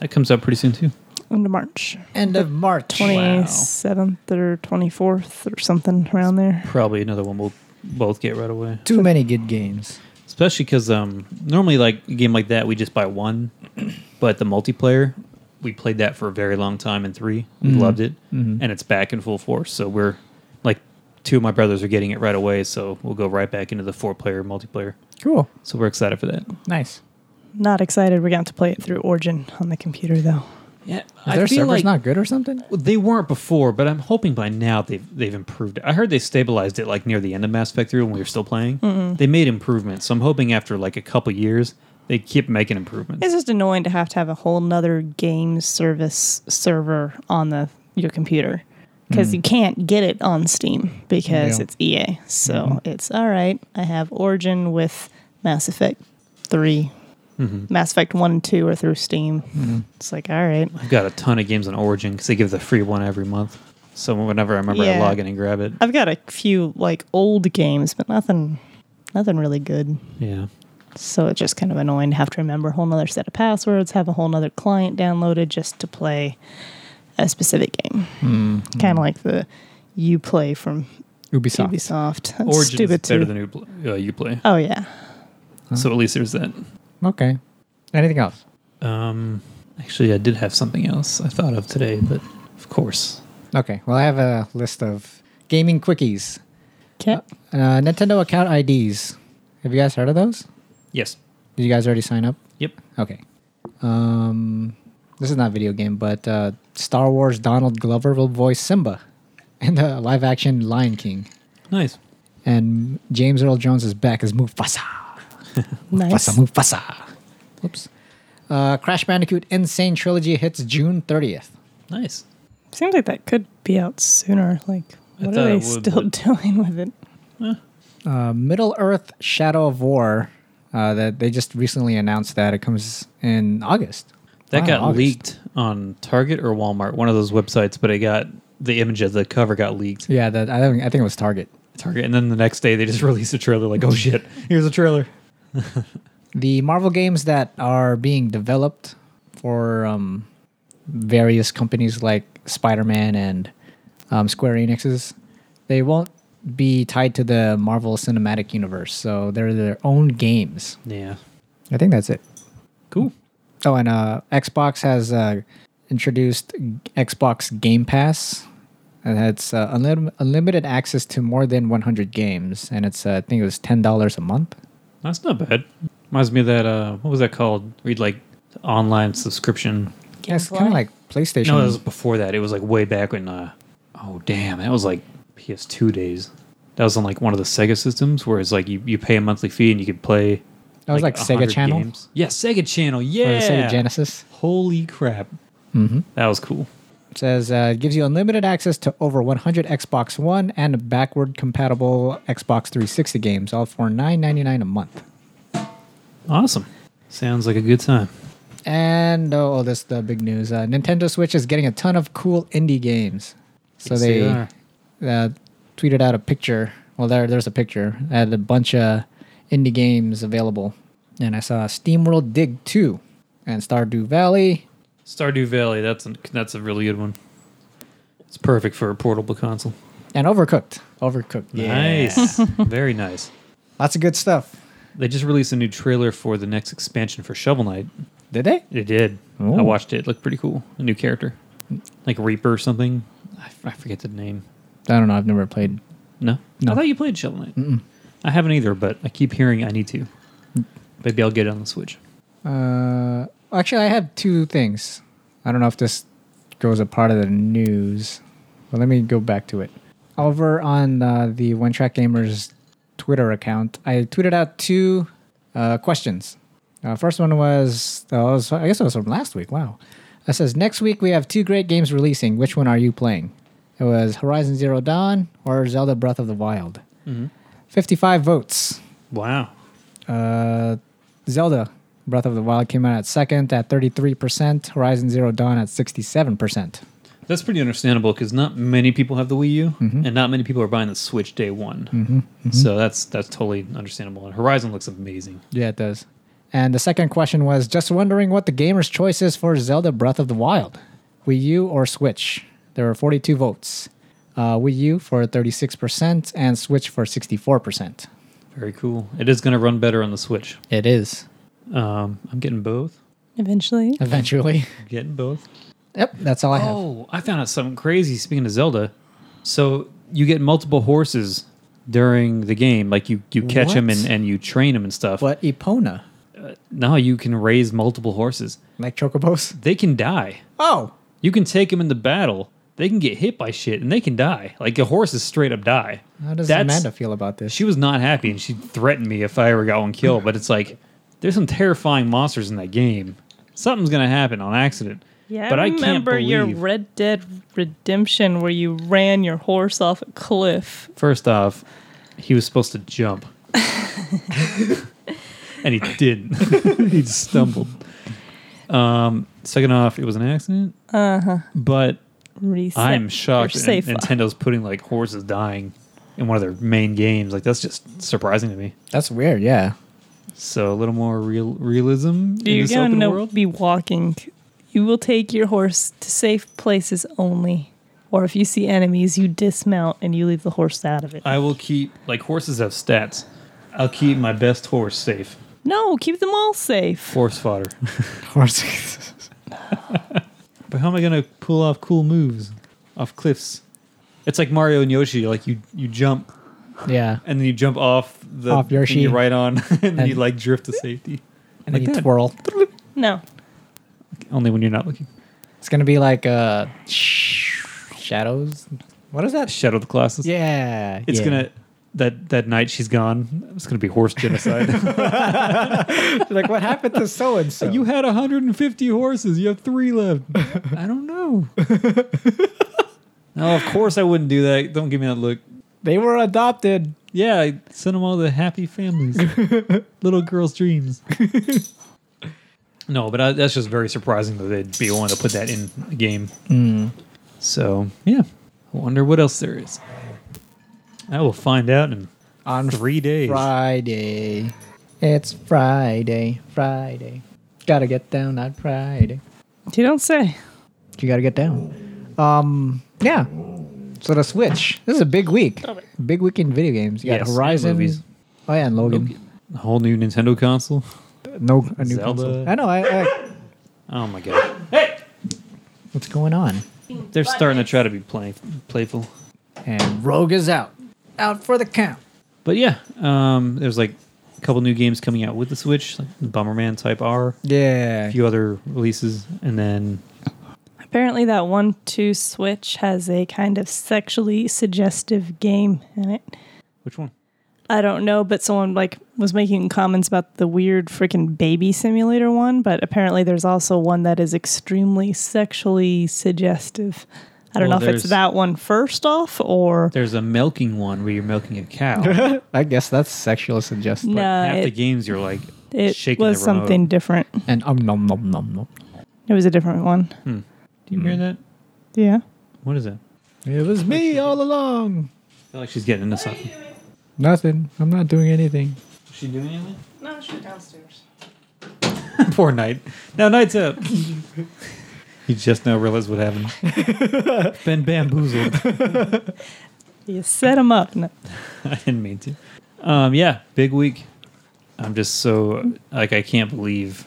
Speaker 3: That comes out pretty soon too.
Speaker 2: into March
Speaker 1: End of March.
Speaker 2: twenty seventh or twenty fourth or something around there.
Speaker 3: Probably another one we'll both get right away.
Speaker 1: Too many good games.
Speaker 3: especially because um, normally like a game like that we just buy one but the multiplayer we played
Speaker 1: Mm-hmm.
Speaker 3: that for a very long time in three we loved it and it's back in full force so we're like two of my brothers are getting it right away, so we'll go right back into the four player multiplayer.
Speaker 1: Cool.
Speaker 3: So we're excited for that.
Speaker 1: Nice.
Speaker 2: Not excited. We're going to have to play it through Origin on the computer, though.
Speaker 3: Yeah,
Speaker 1: Is their server's not good or something?
Speaker 3: they weren't before, but I'm hoping by now they've they've improved it. I heard they stabilized it like near the end of Mass Effect 3 when we were still playing. They made improvements, so I'm hoping after like a couple years they keep making improvements.
Speaker 2: It's just annoying to have to have a whole nother game service server on the your computer because you can't get it on Steam because
Speaker 1: Yeah.
Speaker 2: it's EA. So it's all right. I have Origin with Mass Effect 3 Mass Effect One and Two are through Steam.
Speaker 1: Hmm.
Speaker 2: It's like all right.
Speaker 3: I've got a ton of games on Origin because they give the free one every month. So whenever I remember, I
Speaker 2: Yeah.
Speaker 3: log in and grab it.
Speaker 2: I've got a few like old games, but nothing, nothing really good.
Speaker 3: Yeah.
Speaker 2: So it's just kind of annoying to have to remember a whole nother set of passwords, have a whole nother client downloaded just to play a specific game.
Speaker 3: Hmm.
Speaker 2: Kind of like the you play from
Speaker 1: Ubisoft.
Speaker 2: Ubisoft. That's
Speaker 3: Origin is
Speaker 2: stupid
Speaker 3: better
Speaker 2: too.
Speaker 3: than you play. Uh, you play.
Speaker 2: oh yeah,
Speaker 3: So at least there's that.
Speaker 1: Okay. Anything else?
Speaker 3: Um, actually, I did have something else I thought of today, but of course.
Speaker 1: Okay. Well, I have a list of gaming quickies.
Speaker 2: okay.
Speaker 1: Uh, Nintendo account IDs. Have you guys heard of those?
Speaker 3: Yes.
Speaker 1: Did you guys already sign up?
Speaker 3: Yep.
Speaker 1: Okay. Um, this is not a video game, but uh, Star Wars Donald Glover will voice Simba in the live action Lion King.
Speaker 3: Nice.
Speaker 1: And James Earl Jones is back as Mufasa.
Speaker 2: nice.
Speaker 1: Mufasa, Mufasa. Whoops. Uh, Crash Bandicoot Insane Trilogy hits June 30th.
Speaker 3: Nice.
Speaker 2: Seems like that could be out sooner. Like,
Speaker 3: I
Speaker 2: what
Speaker 3: thought
Speaker 2: are they
Speaker 3: it would,
Speaker 2: still
Speaker 3: but-
Speaker 2: doing with it?
Speaker 1: Uh, Middle Earth Shadow of War. Uh, that they just recently announced that it comes in August.
Speaker 3: That
Speaker 1: Wow,
Speaker 3: got
Speaker 1: August.
Speaker 3: leaked on Target or Walmart, one of those websites, but it got the image of the cover got leaked.
Speaker 1: Yeah, that I think I think it was Target.
Speaker 3: Target, and then the next day they just released a trailer. Like, oh shit, here's a trailer.
Speaker 1: the Marvel games that are being developed for um, various companies like Spider-Man and um, Square Enix's, they won't be tied to the Marvel Cinematic Universe, so they're their own games.
Speaker 3: Yeah,
Speaker 1: I think that's it.
Speaker 3: cool.
Speaker 1: Oh, and uh, Xbox has uh, introduced Xbox Game Pass. And it's uh, unlim- unlimited access to more than 100 games, and it's uh, I think it was ten dollars a month.
Speaker 3: That's not bad. Reminds me of that uh, what was that called? Read like online subscription.
Speaker 1: Yeah, it's kind of like PlayStation.
Speaker 3: No, that was before that. It was like way back when. Uh, oh damn, that was like PS2 days. That was on like one of the Sega systems where it's like you, you pay a monthly fee and you could play.
Speaker 1: That was like Sega
Speaker 3: 100
Speaker 1: Channel?
Speaker 3: Games. Yeah, Sega Channel.
Speaker 1: for
Speaker 3: Yeah,
Speaker 1: the Sega Genesis.
Speaker 3: Holy crap,
Speaker 1: Mm-hmm.
Speaker 3: that was cool.
Speaker 1: It says uh, it gives you unlimited access to over 100 Xbox One and backward compatible Xbox 360 games, all for $9.99 a month.
Speaker 3: Awesome. Sounds like a good time.
Speaker 1: And oh, this is the big news: uh, Nintendo Switch is getting a ton of cool indie games. So
Speaker 3: Yes,
Speaker 1: they
Speaker 3: they are.
Speaker 1: uh, tweeted out a picture. Well, there there's a picture. I had a bunch of indie games available, and I saw SteamWorld Dig 2 and Stardew Valley.
Speaker 3: Stardew Valley. That's a, that's a really good one. It's perfect for a portable console.
Speaker 1: And overcooked, overcooked.
Speaker 3: Nice, very nice.
Speaker 1: lots of good stuff.
Speaker 3: They just released a new trailer for the next expansion for Shovel Knight.
Speaker 1: Did they?
Speaker 3: It did.
Speaker 1: Oh.
Speaker 3: I watched it. It looked pretty cool. A new character, like Reaper or something. I, f- I forget the name.
Speaker 1: I don't know. I've never played.
Speaker 3: No?
Speaker 1: No.
Speaker 3: I thought you played Shovel Knight. I haven't either, but I keep hearing I need to. Maybe I'll get it on the Switch.
Speaker 1: Uh, actually, I have two things. I don't know if this goes a part of the news, but let me go back to it. Over on uh, the One Track Gamers Twitter account, I tweeted out two uh, questions. Uh, first one was, uh, was, I guess it was from last week. Wow. It says, Next week we have two great games releasing. Which one are you playing? It was Horizon Zero Dawn or Zelda Breath of the Wild. 55 votes.
Speaker 3: Wow.
Speaker 1: Uh, Zelda Breath of the Wild came out at second at 33%, Horizon Zero Dawn at 67%.
Speaker 3: That's pretty understandable because not many people have the Wii U, and not many people are buying the Switch day one. So that's that's totally understandable. And Horizon looks amazing.
Speaker 1: Yeah, it does. And the second question was just wondering what the gamer's choice is for Zelda Breath of the Wild Wii U or Switch? There were 42 votes. Uh, Wii U for 36% and Switch for 64%.
Speaker 3: Very cool. It is going to run better on the Switch.
Speaker 1: It is.
Speaker 3: Um, I'm getting both.
Speaker 2: Eventually,
Speaker 1: Eventually.
Speaker 3: Getting both.
Speaker 1: yep, that's all I have.
Speaker 3: Oh, I found out something crazy. Speaking of Zelda, so you get multiple horses during the game. Like you you catch them
Speaker 1: What?
Speaker 3: and, and you train them and stuff.
Speaker 1: But Epona,
Speaker 3: No, you can raise multiple horses.
Speaker 1: like chocobos.
Speaker 3: They can die.
Speaker 1: Oh,
Speaker 3: You can take them into battle. They can get hit by shit and they can die. Like a horse is straight up die.
Speaker 1: how does
Speaker 3: That's-
Speaker 1: Amanda feel about this?
Speaker 3: She was not happy and she threatened me if I ever got one kill. But it's like there's some terrifying monsters in that game. Something's gonna happen on accident.
Speaker 2: Yeah,
Speaker 3: but
Speaker 2: I
Speaker 3: I
Speaker 2: remember
Speaker 3: can't
Speaker 2: your
Speaker 3: believe-
Speaker 2: Red Dead Redemption where you ran your horse off a cliff.
Speaker 3: First off, he was supposed to jump. and he didn't. he just stumbled. Um, second off, it was an accident. Uh-huh. But
Speaker 2: Reset.
Speaker 3: I'm shocked
Speaker 2: You're
Speaker 3: that
Speaker 2: safe.
Speaker 3: Nintendo's putting like horses dying in one of their main games. Like that's just surprising to me.
Speaker 1: That's weird. Yeah.
Speaker 3: So a little more real realism in
Speaker 2: You're
Speaker 3: this
Speaker 2: gonna
Speaker 3: open
Speaker 2: know-
Speaker 3: world.
Speaker 2: be walking. You will take your horse to safe places only, or if you see enemies, you dismount and you leave the horse out of it.
Speaker 3: I will keep like horses have stats. I'll keep my best horse safe.
Speaker 2: no, keep them all safe.
Speaker 3: Horse fodder.
Speaker 1: Horses.
Speaker 3: But how am I gonna pull off cool moves off cliffs? It's like Mario and Yoshi. Like you, you jump
Speaker 1: yeah.
Speaker 3: and then you jump off the
Speaker 1: Off
Speaker 3: thing
Speaker 1: Yoshi.
Speaker 3: you ride on, and, then you
Speaker 1: And-
Speaker 3: like drift to safety.
Speaker 1: And
Speaker 3: Like
Speaker 1: then you
Speaker 3: that.
Speaker 1: twirl.
Speaker 2: No,
Speaker 3: Only when you're not looking.
Speaker 1: It's gonna be like uh, sh- shadows. What is that?
Speaker 3: Shadow the classes.
Speaker 1: Yeah.
Speaker 3: It's
Speaker 1: yeah.
Speaker 3: gonna that that night she's gone. It's gonna be horse genocide.
Speaker 1: like what happened to so and so.
Speaker 3: you had 150 horses. You have three left. I don't know. no, of course I wouldn't do that. Don't give me that look.
Speaker 1: They were adopted.
Speaker 3: Yeah, I send them all to happy families, little girls' dreams. no, but I, that's just very surprising that they'd be willing to put that in a game. So yeah, I wonder what else there is. I will find out in
Speaker 1: On
Speaker 3: three days.
Speaker 1: Friday. It's Friday. Friday. Gotta get down on Friday.
Speaker 2: you don't say.
Speaker 1: You gotta get down. Um. Yeah. So the Switch. This is a big week. Big week in video games. You got
Speaker 3: Yes, and
Speaker 1: Horizon.
Speaker 3: movies.
Speaker 1: Oh yeah, and Logan.
Speaker 3: A whole new Nintendo console.
Speaker 1: No, a new
Speaker 3: Zelda.
Speaker 1: console. I know. I, I,
Speaker 3: Oh my god.
Speaker 1: what's going on?
Speaker 3: They're starting to try to be play, playful.
Speaker 1: And Rogue is out. Out for the count.
Speaker 3: But yeah, um, there's like a couple new games coming out with the Switch, like Bomberman Type R,
Speaker 1: Yeah.
Speaker 3: a few other releases, and then
Speaker 2: Apparently, that one-two switch has a kind of sexually suggestive game in it.
Speaker 3: which one?
Speaker 2: I don't know, but someone like was making comments about the weird freaking baby simulator one, but apparently there's also one that is extremely sexually suggestive. I don't
Speaker 3: Well,
Speaker 2: know if it's
Speaker 3: there's-
Speaker 2: that one first off or
Speaker 3: There's a milking one where you're milking a cow.
Speaker 1: I guess that's sexual suggestion.
Speaker 3: But
Speaker 2: no,
Speaker 3: half the
Speaker 2: it,
Speaker 3: games you're like
Speaker 2: it
Speaker 3: shaking
Speaker 2: was
Speaker 3: the remote.
Speaker 2: something different.
Speaker 1: And um nom nom nom nom.
Speaker 2: It was a different one.
Speaker 3: Hmm. Do you hear that?
Speaker 2: Yeah.
Speaker 3: Mm. What is that?
Speaker 1: It was me all along.
Speaker 3: I feel like she's getting into something.
Speaker 1: Nothing. I'm not doing anything.
Speaker 3: Is she doing anything?
Speaker 2: No, she's downstairs.
Speaker 3: Poor Knight. Now Knight's up. he just now realized what happened. Been bamboozled.
Speaker 2: You set him up. No.
Speaker 3: I didn't mean to. Um, yeah, big week. I'm just so like I can't believe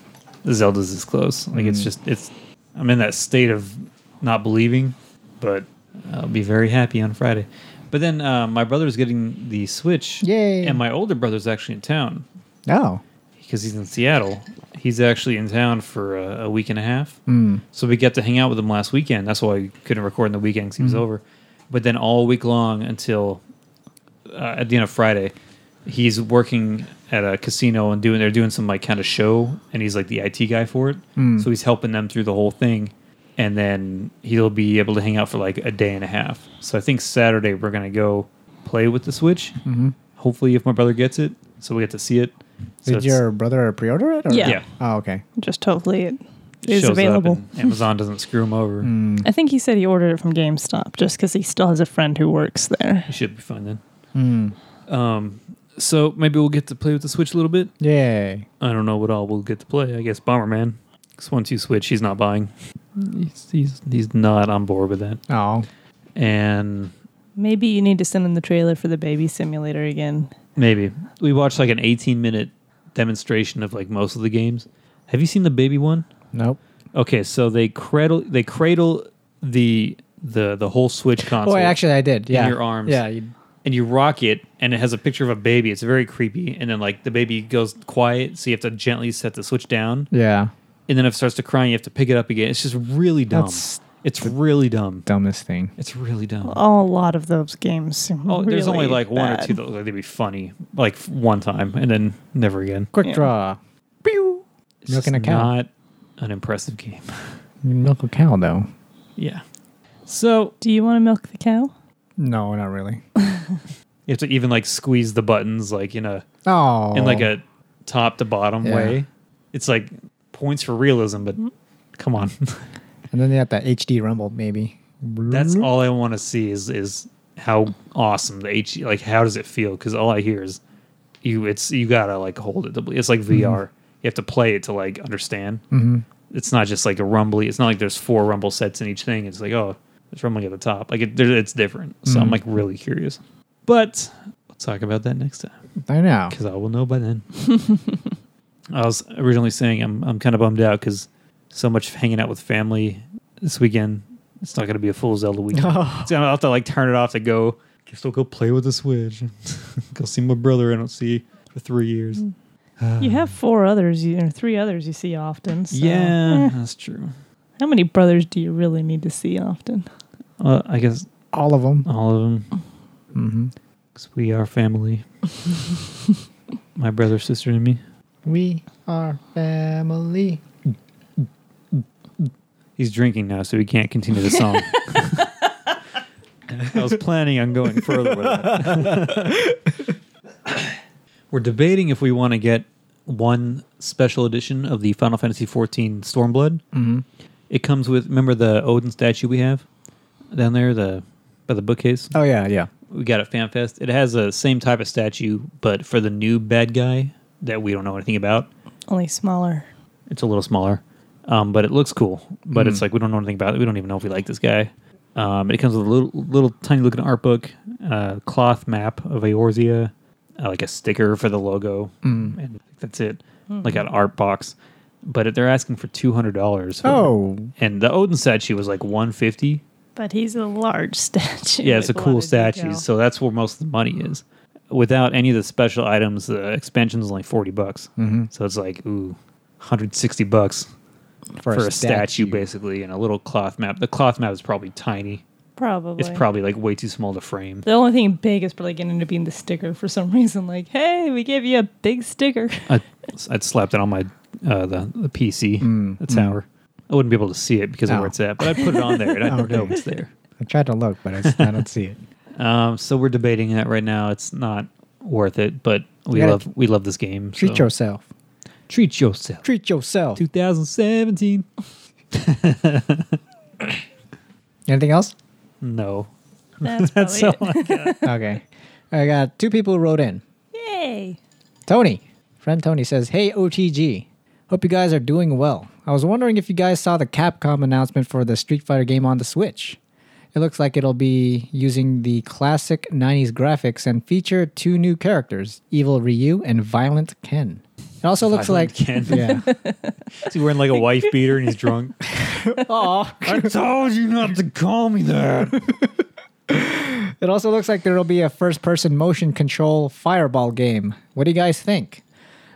Speaker 3: Zelda's this close. Like it's just it's I'm in that state of not believing, but I'll be very happy on Friday. But then uh, my brother's getting the Switch,
Speaker 1: Yay.
Speaker 3: And my older brother's actually in town
Speaker 1: No.
Speaker 3: because he's in Seattle. He's actually in town for a, a week and a half.
Speaker 1: Hmm.
Speaker 3: Mm. So we got to hang out with him last weekend. That's why we couldn't record in the weekend 'cause he
Speaker 1: Hmm.
Speaker 3: was over. But then all week long until uh, at the end of Friday, he's working at a casino and doing they're doing some like kind of show, and he's like the IT guy for it.
Speaker 1: Hmm.
Speaker 3: So he's helping them through the whole thing, and then he'll be able to hang out for like a day and a half. So I think Saturday we're gonna go play with the Switch. Mm-hmm. Hopefully, if my brother gets it, so we get to see it. So
Speaker 1: Did
Speaker 3: it's-
Speaker 1: your brother pre-order it? Or?
Speaker 2: Yeah.
Speaker 3: yeah.
Speaker 1: Oh, okay.
Speaker 2: Just hopefully it is
Speaker 3: shows up
Speaker 2: available. Mm.
Speaker 3: and Amazon doesn't screw him over.
Speaker 1: Mm.
Speaker 2: I think he said he ordered it from GameStop just because he still has a friend who works there.
Speaker 3: It should be fun then.
Speaker 1: Mm.
Speaker 3: Um, so maybe we'll get to play with the Switch a little bit.
Speaker 1: Yay.
Speaker 3: I don't know what all we'll get to play. I guess Bomberman. Because once you switch, he's not buying. He's, he's he's not on board with that.
Speaker 1: Oh.
Speaker 3: And
Speaker 2: Maybe you need to send in the trailer for the baby simulator again.
Speaker 3: maybe we watched like an 18 minute demonstration of like most of the games. Have you seen the baby one?
Speaker 1: Nope.
Speaker 3: Okay, so they cradle they cradle the the the whole Switch console.
Speaker 1: Oh, actually, I did. Yeah,
Speaker 3: your arms.
Speaker 1: Yeah, you,
Speaker 3: and you rock it, and it has a picture of a baby. It's very creepy. And then like the baby goes quiet, so you have to gently set the Switch down.
Speaker 1: yeah.
Speaker 3: And then if it starts to cry, you have to pick it up again. It's just really dumb.
Speaker 1: That's
Speaker 3: it's really dumb.
Speaker 1: Dumbest thing.
Speaker 3: It's really dumb.
Speaker 2: Oh, a lot of those games.
Speaker 3: Oh, there's only
Speaker 2: really
Speaker 3: like one or
Speaker 2: bad.
Speaker 3: two that look like they'd be funny, like f- one time, and then never again.
Speaker 1: Quick
Speaker 2: Yeah.
Speaker 1: draw. Pew.
Speaker 3: It's
Speaker 1: Milking
Speaker 3: just
Speaker 1: a cow.
Speaker 3: Not an impressive game.
Speaker 1: You milk a cow though.
Speaker 3: yeah. So
Speaker 2: Do you want to milk the cow?
Speaker 1: No, not really.
Speaker 3: you have to even like squeeze the buttons like in a
Speaker 1: Oh,
Speaker 3: in like a top to bottom
Speaker 1: Yeah.
Speaker 3: way. It's like points for realism, but come on,
Speaker 1: and then they have that HD rumble maybe.
Speaker 3: that's
Speaker 1: Mm-hmm.
Speaker 3: all I want to see is is how awesome the H like how does it feel? Because all I hear is you. It's you gotta like hold it. To, ble- it's like VR. You have to play it to like understand.
Speaker 1: Mhm.
Speaker 3: It's not just like a rumbly. It's not like there's four rumble sets in each thing. It's like oh, there's rumbling at the top. Like it, there, it's different. So I'm
Speaker 1: Mhm.
Speaker 3: like really curious. But let's talk about that next time
Speaker 1: I know.
Speaker 3: because I will know by then. I was originally saying I'm I'm kind of bummed out because so much hanging out with family this weekend. It's not going to be a full Zelda weekend. so I'll have to like turn it off to go. Guess I'll go play with the Switch. go see my brother I don't see for three years.
Speaker 2: You have four others, you, or three others you see often. So.
Speaker 3: yeah,
Speaker 2: Eh,
Speaker 3: that's true.
Speaker 2: How many brothers do you really need to see often?
Speaker 3: Uh, I guess
Speaker 1: All of them.
Speaker 3: all of them
Speaker 1: hmm
Speaker 3: because we are family. my brother, sister, and me.
Speaker 1: We are family.
Speaker 3: He's drinking now, so he can't continue the song. I was planning on going further with it. We're debating if we want to get one special edition of the Final Fantasy XIV Stormblood.
Speaker 1: hmm
Speaker 3: It comes with remember the Odin statue we have down there, the by the bookcase.
Speaker 1: Oh yeah, yeah.
Speaker 3: We got it FanFest. It has the same type of statue, but for the new bad guy that we don't know anything about.
Speaker 2: Only smaller.
Speaker 3: It's a little smaller, um, but it looks cool. But it's
Speaker 1: Mm.
Speaker 3: like we don't know anything about it. We don't even know if we like this guy. Um, it comes with a little, little tiny looking art book, uh, cloth map of Eorzea, uh, like a sticker for the logo,
Speaker 1: Mm.
Speaker 3: and that's it. Like an art box, but it- they're asking for two hundred dollars.
Speaker 1: Oh,
Speaker 3: and the Odin statue was like one fifty.
Speaker 2: But he's a large statue.
Speaker 3: Yeah, it's a
Speaker 2: with lot
Speaker 3: cool
Speaker 2: of
Speaker 3: statue,
Speaker 2: detail.
Speaker 3: so that's where most of the money is. Without any of the special items, the expansion is only forty bucks.
Speaker 1: mm-hmm.
Speaker 3: So it's like ooh, hundred sixty bucks for, a, statue, basically, and a little cloth map. The cloth map is probably tiny.
Speaker 2: probably.
Speaker 3: It's probably like way too small to frame.
Speaker 2: the only thing big is probably going to be in the sticker for some reason. Like, hey, we gave you a big sticker.
Speaker 3: I'd, I'd slap that on my uh, the, the PC, the tower. I wouldn't be able to see it because of
Speaker 1: Oh.
Speaker 3: where it's at, but I'd put it on there and I'd
Speaker 1: Okay.
Speaker 3: know it's there.
Speaker 1: I tried to look, but I, s- I don't see it.
Speaker 3: Um, so we're debating that right now. It's not worth it, but we
Speaker 1: You gotta
Speaker 3: love we love this game.
Speaker 1: Treat
Speaker 3: so.
Speaker 1: yourself.
Speaker 3: treat yourself.
Speaker 1: Treat yourself.
Speaker 3: 2017.
Speaker 1: Anything else?
Speaker 3: No.
Speaker 2: That's,
Speaker 3: That's
Speaker 2: probably
Speaker 3: all I got.
Speaker 1: okay. I got two people who wrote in.
Speaker 2: it. Yay.
Speaker 1: Tony, friend Tony says, Hey OTG, hope you guys are doing well. I was wondering if you guys saw the Capcom announcement for the Street Fighter game on the Switch. It looks like it'll be using the classic 90s graphics and feature two new characters, Evil Ryu and Violent Ken. It also looks
Speaker 3: Violent
Speaker 1: like
Speaker 3: Ken.
Speaker 1: Yeah.
Speaker 3: Is he wearing like a wife beater and he's drunk?
Speaker 1: Aw.
Speaker 3: I told you not to call me that.
Speaker 1: It also looks like there'll be a first person motion control fireball game. What do you guys think?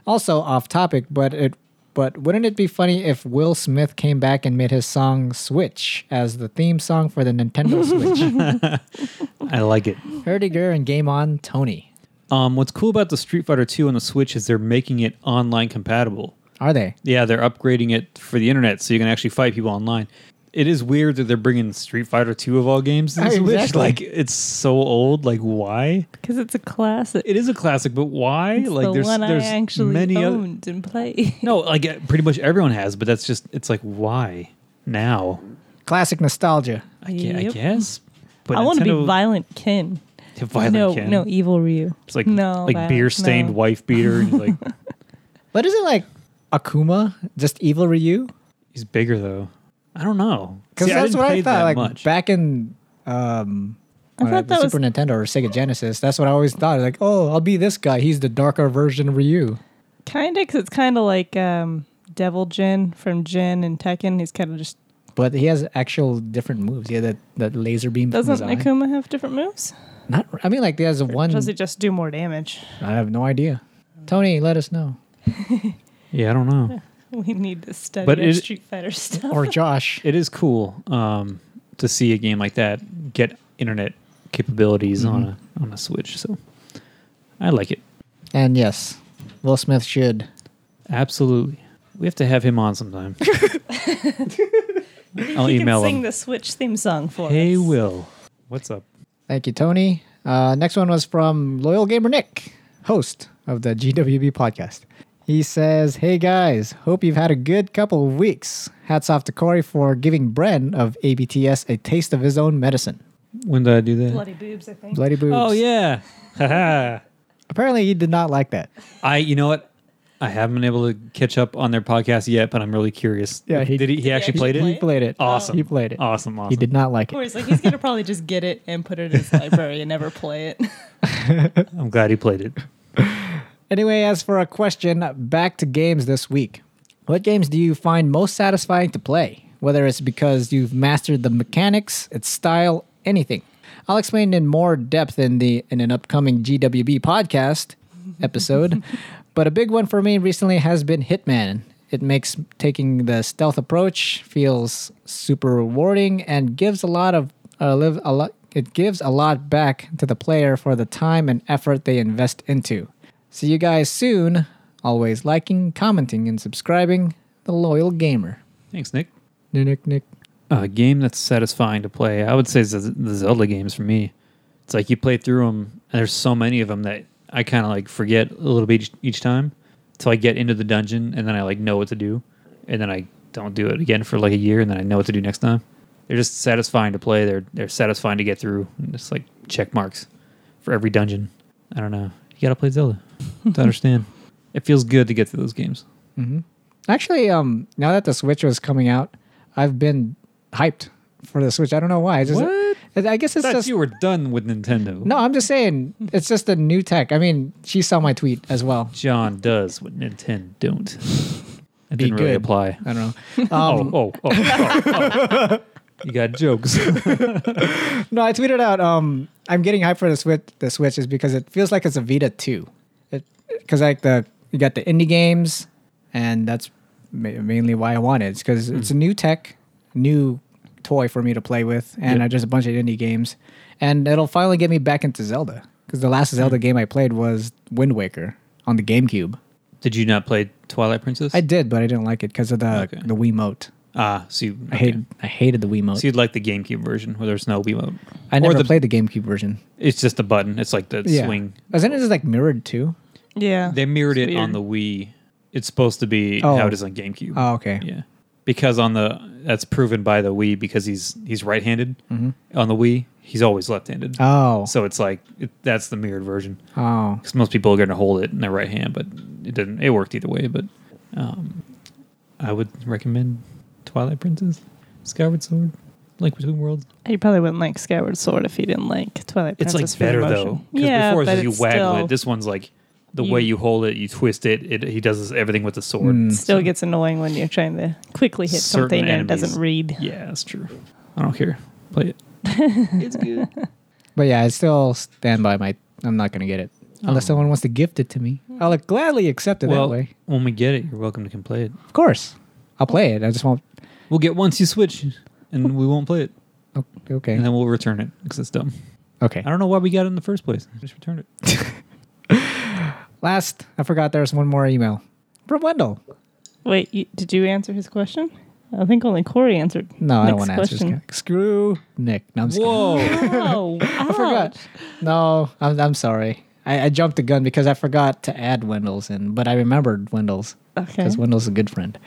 Speaker 1: Also off topic, but it but wouldn't it be funny if Will Smith came back and made his song Switch as the theme song for the Nintendo Switch?
Speaker 3: I like it.
Speaker 1: Herdiger and Game On Tony.
Speaker 3: Um, what's cool about the Street Fighter 2 on the Switch is they're making it online compatible.
Speaker 1: Are they?
Speaker 3: Yeah, they're upgrading it for the internet so you can actually fight people online. It is weird that they're bringing Street Fighter 2 of all games to the
Speaker 1: Ah,
Speaker 3: Switch.
Speaker 1: exactly.
Speaker 3: Like it's so old. Like why?
Speaker 2: Because it's a classic.
Speaker 3: It is a classic, but why?
Speaker 2: It's
Speaker 3: like
Speaker 2: the
Speaker 3: there's
Speaker 2: one
Speaker 3: there's
Speaker 2: I actually
Speaker 3: many other
Speaker 2: owned and played.
Speaker 3: No, like uh, pretty much everyone has, but that's just it's like why now?
Speaker 1: Classic nostalgia.
Speaker 3: I, gue- I
Speaker 2: Yep.
Speaker 3: guess. But
Speaker 2: I want to be
Speaker 3: Nintendo-
Speaker 2: violent Ken.
Speaker 3: Violent
Speaker 2: no,
Speaker 3: Ken.
Speaker 2: no, evil Ryu.
Speaker 3: It's like
Speaker 2: no,
Speaker 3: like
Speaker 2: violent-
Speaker 3: beer stained
Speaker 2: no.
Speaker 3: wife beater. And he's like
Speaker 1: But isn't like Akuma just Evil Ryu?
Speaker 3: he's bigger though. I don't know.
Speaker 1: Because
Speaker 3: See,
Speaker 1: that's
Speaker 3: didn't
Speaker 1: what
Speaker 3: play
Speaker 1: I thought.
Speaker 3: that
Speaker 1: Like
Speaker 3: much.
Speaker 1: back in um
Speaker 2: I
Speaker 1: uh,
Speaker 2: thought
Speaker 1: the
Speaker 2: that was
Speaker 1: Super Nintendo or Sega Genesis, that's what I always thought. Like, oh, I'll be this guy. He's the darker version of Ryu.
Speaker 2: kind of because it's kind of like um, Devil Jin from Jin and Tekken. He's kind of just
Speaker 1: But he has actual different moves. Yeah, that that laser beam. from
Speaker 2: Doesn't
Speaker 1: his eye.
Speaker 2: Akuma have different moves?
Speaker 1: Not. I mean, like he has one.
Speaker 2: Does he just do more damage?
Speaker 1: I have no idea. Tony, let us know.
Speaker 3: Yeah, I don't know.
Speaker 2: We need to study
Speaker 3: But
Speaker 2: our
Speaker 3: it-
Speaker 2: Street Fighter stuff.
Speaker 1: Or Josh.
Speaker 3: It is cool um, to see a game like that get internet capabilities on a
Speaker 2: Mm-hmm.
Speaker 3: on a Switch. So I like it
Speaker 1: And yes, Will Smith should.
Speaker 3: absolutely. We have to have him on sometime. I'll
Speaker 2: he
Speaker 3: email
Speaker 2: can sing
Speaker 3: him.
Speaker 2: the Switch theme song for
Speaker 3: Hey,
Speaker 2: us.
Speaker 3: Will, what's up?
Speaker 1: Thank you, Tony. Uh, next one was from Loyal Gamer Nick, host of the GWB podcast. He says, Hey guys, hope you've had a good couple of weeks. Hats off to Corey for giving Bren of ABTS a taste of his own medicine.
Speaker 3: When did I do that?
Speaker 2: Bloody boobs, I think.
Speaker 1: Bloody boobs.
Speaker 3: Oh yeah. Haha.
Speaker 1: Apparently, he did not like that.
Speaker 3: I you know what? I haven't been able to catch up on their podcast yet, but I'm really curious.
Speaker 1: Yeah, he-
Speaker 3: did he, he actually
Speaker 2: actually
Speaker 3: played
Speaker 2: play
Speaker 1: He
Speaker 3: it?
Speaker 2: it?
Speaker 1: played it.
Speaker 3: Awesome.
Speaker 1: He played it.
Speaker 3: Awesome, awesome.
Speaker 1: He did not like it.
Speaker 2: Or he's like, he's gonna probably just get it and put it in his library and never play it.
Speaker 3: I'm glad he played it.
Speaker 1: Anyway, as for a question, back to games this week. What games do you find most satisfying to play? Whether it's because you've mastered the mechanics, its style, anything. I'll explain in more depth in the in an upcoming GWB podcast episode. but a big one for me recently has been Hitman. It makes taking the stealth approach feels super rewarding and gives a lot of uh, live a lot it gives a lot back to the player for the time and effort they invest into. See you guys soon. Always liking, commenting, and subscribing. The Loyal Gamer.
Speaker 3: Thanks, Nick.
Speaker 1: Nick, Nick.
Speaker 3: a game that's satisfying to play. I would say Z- the Zelda games for me. It's like you play through them, and there's so many of them that I kind of like forget a little bit each, each time till I get into the dungeon, and then I like know what to do, and then I don't do it again for like a year, and then I know what to do next time. They're just satisfying to play. They're they're satisfying to get through. And just like check marks for every dungeon. I don't know. You gotta play Zelda to understand. It feels good to get through those games.
Speaker 1: Actually, um, now that the Switch was coming out, I've been hyped for the Switch. I don't know why. I just,
Speaker 3: What?
Speaker 1: I guess it's
Speaker 3: Thought
Speaker 1: just
Speaker 3: you were done with Nintendo.
Speaker 1: no. I'm just saying it's just a new tech. I mean, she saw my tweet as well.
Speaker 3: John does what Nintendo don't. That
Speaker 1: Be
Speaker 3: didn't really
Speaker 1: good.
Speaker 3: apply.
Speaker 1: I don't know. Um,
Speaker 3: oh, oh, oh, oh, oh. You got jokes.
Speaker 1: No, I tweeted out. Um, I'm getting hyped for the Switch. The Switch is because it feels like it's a Vita too. Because like the you got the indie games, and that's ma- mainly why I want it. It's because it's a new tech, new toy for me to play with, and
Speaker 3: Yeah.
Speaker 1: I just a bunch of indie games, and it'll finally get me back into Zelda. Because the last
Speaker 3: Mm.
Speaker 1: Zelda game I played was Wind Waker on the GameCube.
Speaker 3: Did you not play Twilight Princess?
Speaker 1: I did, but I didn't like it because of the
Speaker 3: Okay.
Speaker 1: the Wiimote.
Speaker 3: ah, so you,
Speaker 1: I hated
Speaker 3: okay.
Speaker 1: I hated the Wiimote.
Speaker 3: So you'd like the GameCube version where there's no Wiimote.
Speaker 1: I never
Speaker 3: or the,
Speaker 1: played the GameCube version.
Speaker 3: It's just a button. It's like the
Speaker 1: Yeah.
Speaker 3: swing.
Speaker 1: Isn't it just like mirrored too?
Speaker 2: Yeah.
Speaker 3: They mirrored it
Speaker 2: It's
Speaker 3: on the
Speaker 2: weird.
Speaker 3: Wii. It's supposed to be
Speaker 1: Oh.
Speaker 3: how it is on GameCube.
Speaker 1: Oh, okay.
Speaker 3: Yeah, because on the that's proven by the Wii because he's he's right-handed. On the Wii, he's always left-handed.
Speaker 1: Mm-hmm. Oh.
Speaker 3: So it's like it, that's the mirrored version.
Speaker 1: Oh.
Speaker 3: because most people are going to hold it in their right hand, but it didn't. It worked either way. But um, I would recommend Twilight Princess, Skyward Sword, Link Between Worlds.
Speaker 2: You probably wouldn't like Skyward Sword if you didn't like Twilight
Speaker 3: It's
Speaker 2: Princess.
Speaker 3: like
Speaker 2: for the
Speaker 3: better
Speaker 2: motion.
Speaker 3: though. 'cause
Speaker 2: Yeah,
Speaker 3: before it's
Speaker 2: but
Speaker 3: just you
Speaker 2: it's
Speaker 3: waggle
Speaker 2: still,
Speaker 3: it. This one's like the
Speaker 2: You-
Speaker 3: way you hold it, you twist it. It he does this, everything with the sword.
Speaker 1: Mm.
Speaker 2: still gets annoying when you're trying to quickly hit
Speaker 3: Certain
Speaker 2: something and it
Speaker 3: enemies.
Speaker 2: doesn't read.
Speaker 3: Yeah, that's true. I don't care. Play it. it's good.
Speaker 1: But yeah, I still stand by my. I'm not gonna get it unless
Speaker 3: Oh.
Speaker 1: someone wants to gift it to me. I'll gladly accept it
Speaker 3: Well,
Speaker 1: that way.
Speaker 3: when we get it, you're welcome to come play it.
Speaker 1: Of course, I'll play it. I just won't.
Speaker 3: We'll get once you switch, and we won't play it,
Speaker 1: o- oh, Okay.
Speaker 3: and then we'll return it because it's dumb.
Speaker 1: Okay.
Speaker 3: I don't know why we got it in the first place. Just return it.
Speaker 1: Last, I forgot there was one more email from Wendell.
Speaker 2: Wait, you, did you answer his question? I think only Corey answered.
Speaker 1: No, I don't
Speaker 2: Next
Speaker 1: want to answer. This
Speaker 2: question.
Speaker 1: guy. Screw Nick. No, I'm just kidding.
Speaker 2: Oh, I
Speaker 1: I forgot. No, I'm, I'm sorry. I, I jumped the gun because I forgot to add Wendell's in, but I remembered Wendell's
Speaker 2: Okay.
Speaker 1: because Wendell's a good friend.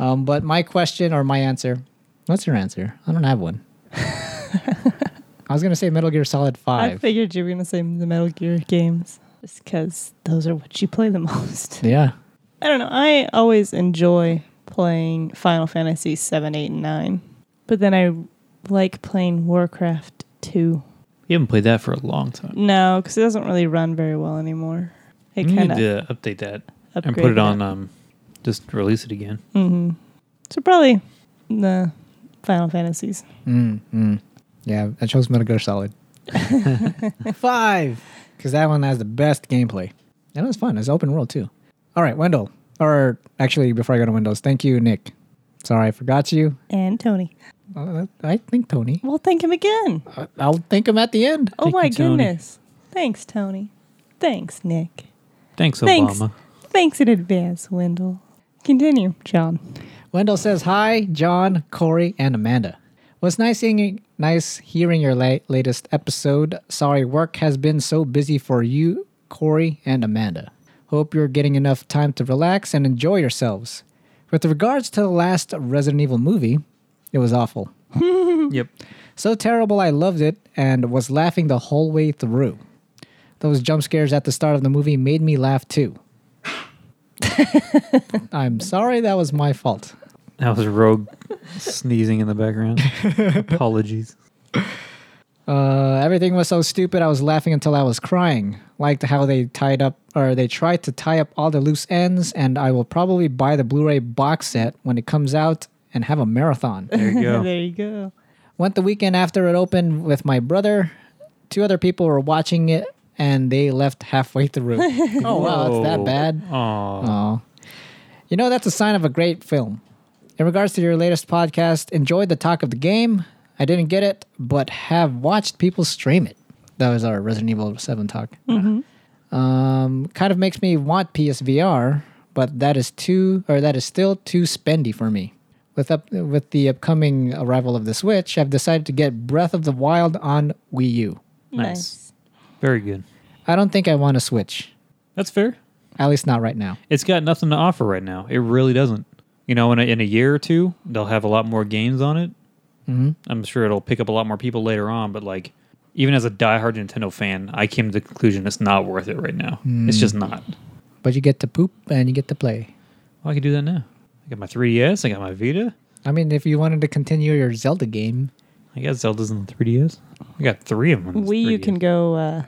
Speaker 1: Um, but my question or my answer, what's your answer? I don't have one. I was gonna say Metal Gear Solid
Speaker 2: I
Speaker 1: Five.
Speaker 2: figured you were going to say the Metal Gear games just because those are what you play the most.
Speaker 1: Yeah.
Speaker 2: I don't know. I always enjoy playing Final Fantasy 7, 8, and 9. But then I like playing Warcraft 2.
Speaker 3: You haven't played that for a long time.
Speaker 2: No, because it doesn't really run very well anymore. It
Speaker 3: you
Speaker 2: kind
Speaker 3: need
Speaker 2: of
Speaker 3: to update that and
Speaker 2: upgrade
Speaker 3: put it on. Um, just release it again.
Speaker 2: hmm So probably Mm-hmm. the Final Fantasies.
Speaker 1: Mm, mm. Yeah, I chose Metal Gear Solid. Five, because that one has the best gameplay, and it was fun. It's open world too. All right, Wendell. Or actually, before I go to Windows, thank you, Nick. Sorry, I forgot you.
Speaker 2: And Tony.
Speaker 1: Uh, I think Tony.
Speaker 2: Well, thank him again.
Speaker 1: I- I'll thank him at the end.
Speaker 2: oh
Speaker 3: Thank
Speaker 2: my
Speaker 3: you, Tony.
Speaker 2: goodness. Thanks, Tony. Thanks, Nick.
Speaker 3: Thanks,
Speaker 2: Thanks.
Speaker 3: Obama.
Speaker 2: Thanks in advance, Wendell. Continue, John.
Speaker 1: Wendell says hi, John, Corey, and Amanda. Was nice seeing, nice hearing your la- latest episode. Sorry, work has been so busy for you, Corey, and Amanda. Hope you're getting enough time to relax and enjoy yourselves. With regards to the last Resident Evil movie, it was awful.
Speaker 3: Yep.
Speaker 1: So terrible, I loved it and was laughing the whole way through. Those jump scares at the start of the movie made me laugh too. I'm sorry, that was my fault.
Speaker 3: That was Rogue sneezing in the background. Apologies.
Speaker 1: Uh, everything was so stupid. I was laughing until I was crying. Liked how they tied up or they tried to tie up all the loose ends, and I will probably buy the Blu-ray box set when it comes out and have a marathon.
Speaker 3: There you go.
Speaker 2: there you go.
Speaker 1: Went the weekend after it opened with my brother. Two other people were watching it, and they left halfway through. oh wow, it's that
Speaker 3: Whoa.
Speaker 1: bad.
Speaker 3: Aw.
Speaker 1: Oh. You know, that's a sign of a great film. In regards to your latest podcast, enjoyed the talk of the game. I didn't get it, but have watched people stream it. That was our Resident Evil 7 talk. Um, kind of makes me want PSVR, but that is too, or that is still too spendy for me. With up with the upcoming arrival of the Switch, I've decided to get Breath of the Wild on Wii U.
Speaker 3: Nice. Very good.
Speaker 1: I don't think I want to Switch,
Speaker 3: That's fair.
Speaker 1: at least not right now.
Speaker 3: It's got nothing to offer right now. It really doesn't. You know, in a, in a year or two, they'll have a lot more games on it.
Speaker 1: Mhm.
Speaker 3: I'm sure it'll pick up a lot more people later on, but like, even as a diehard Nintendo fan, I came to the conclusion it's not worth it right now. It's just not.
Speaker 1: But you get to poop and you get to play.
Speaker 3: Well, Oh, I can do that now. I got my 3DS. I got my Vita.
Speaker 1: I mean, if you wanted to continue your Zelda game,
Speaker 3: I got Zelda's in the 3DS. I got three of them. on this
Speaker 2: Wii, you
Speaker 3: 3DS.
Speaker 2: can go uh,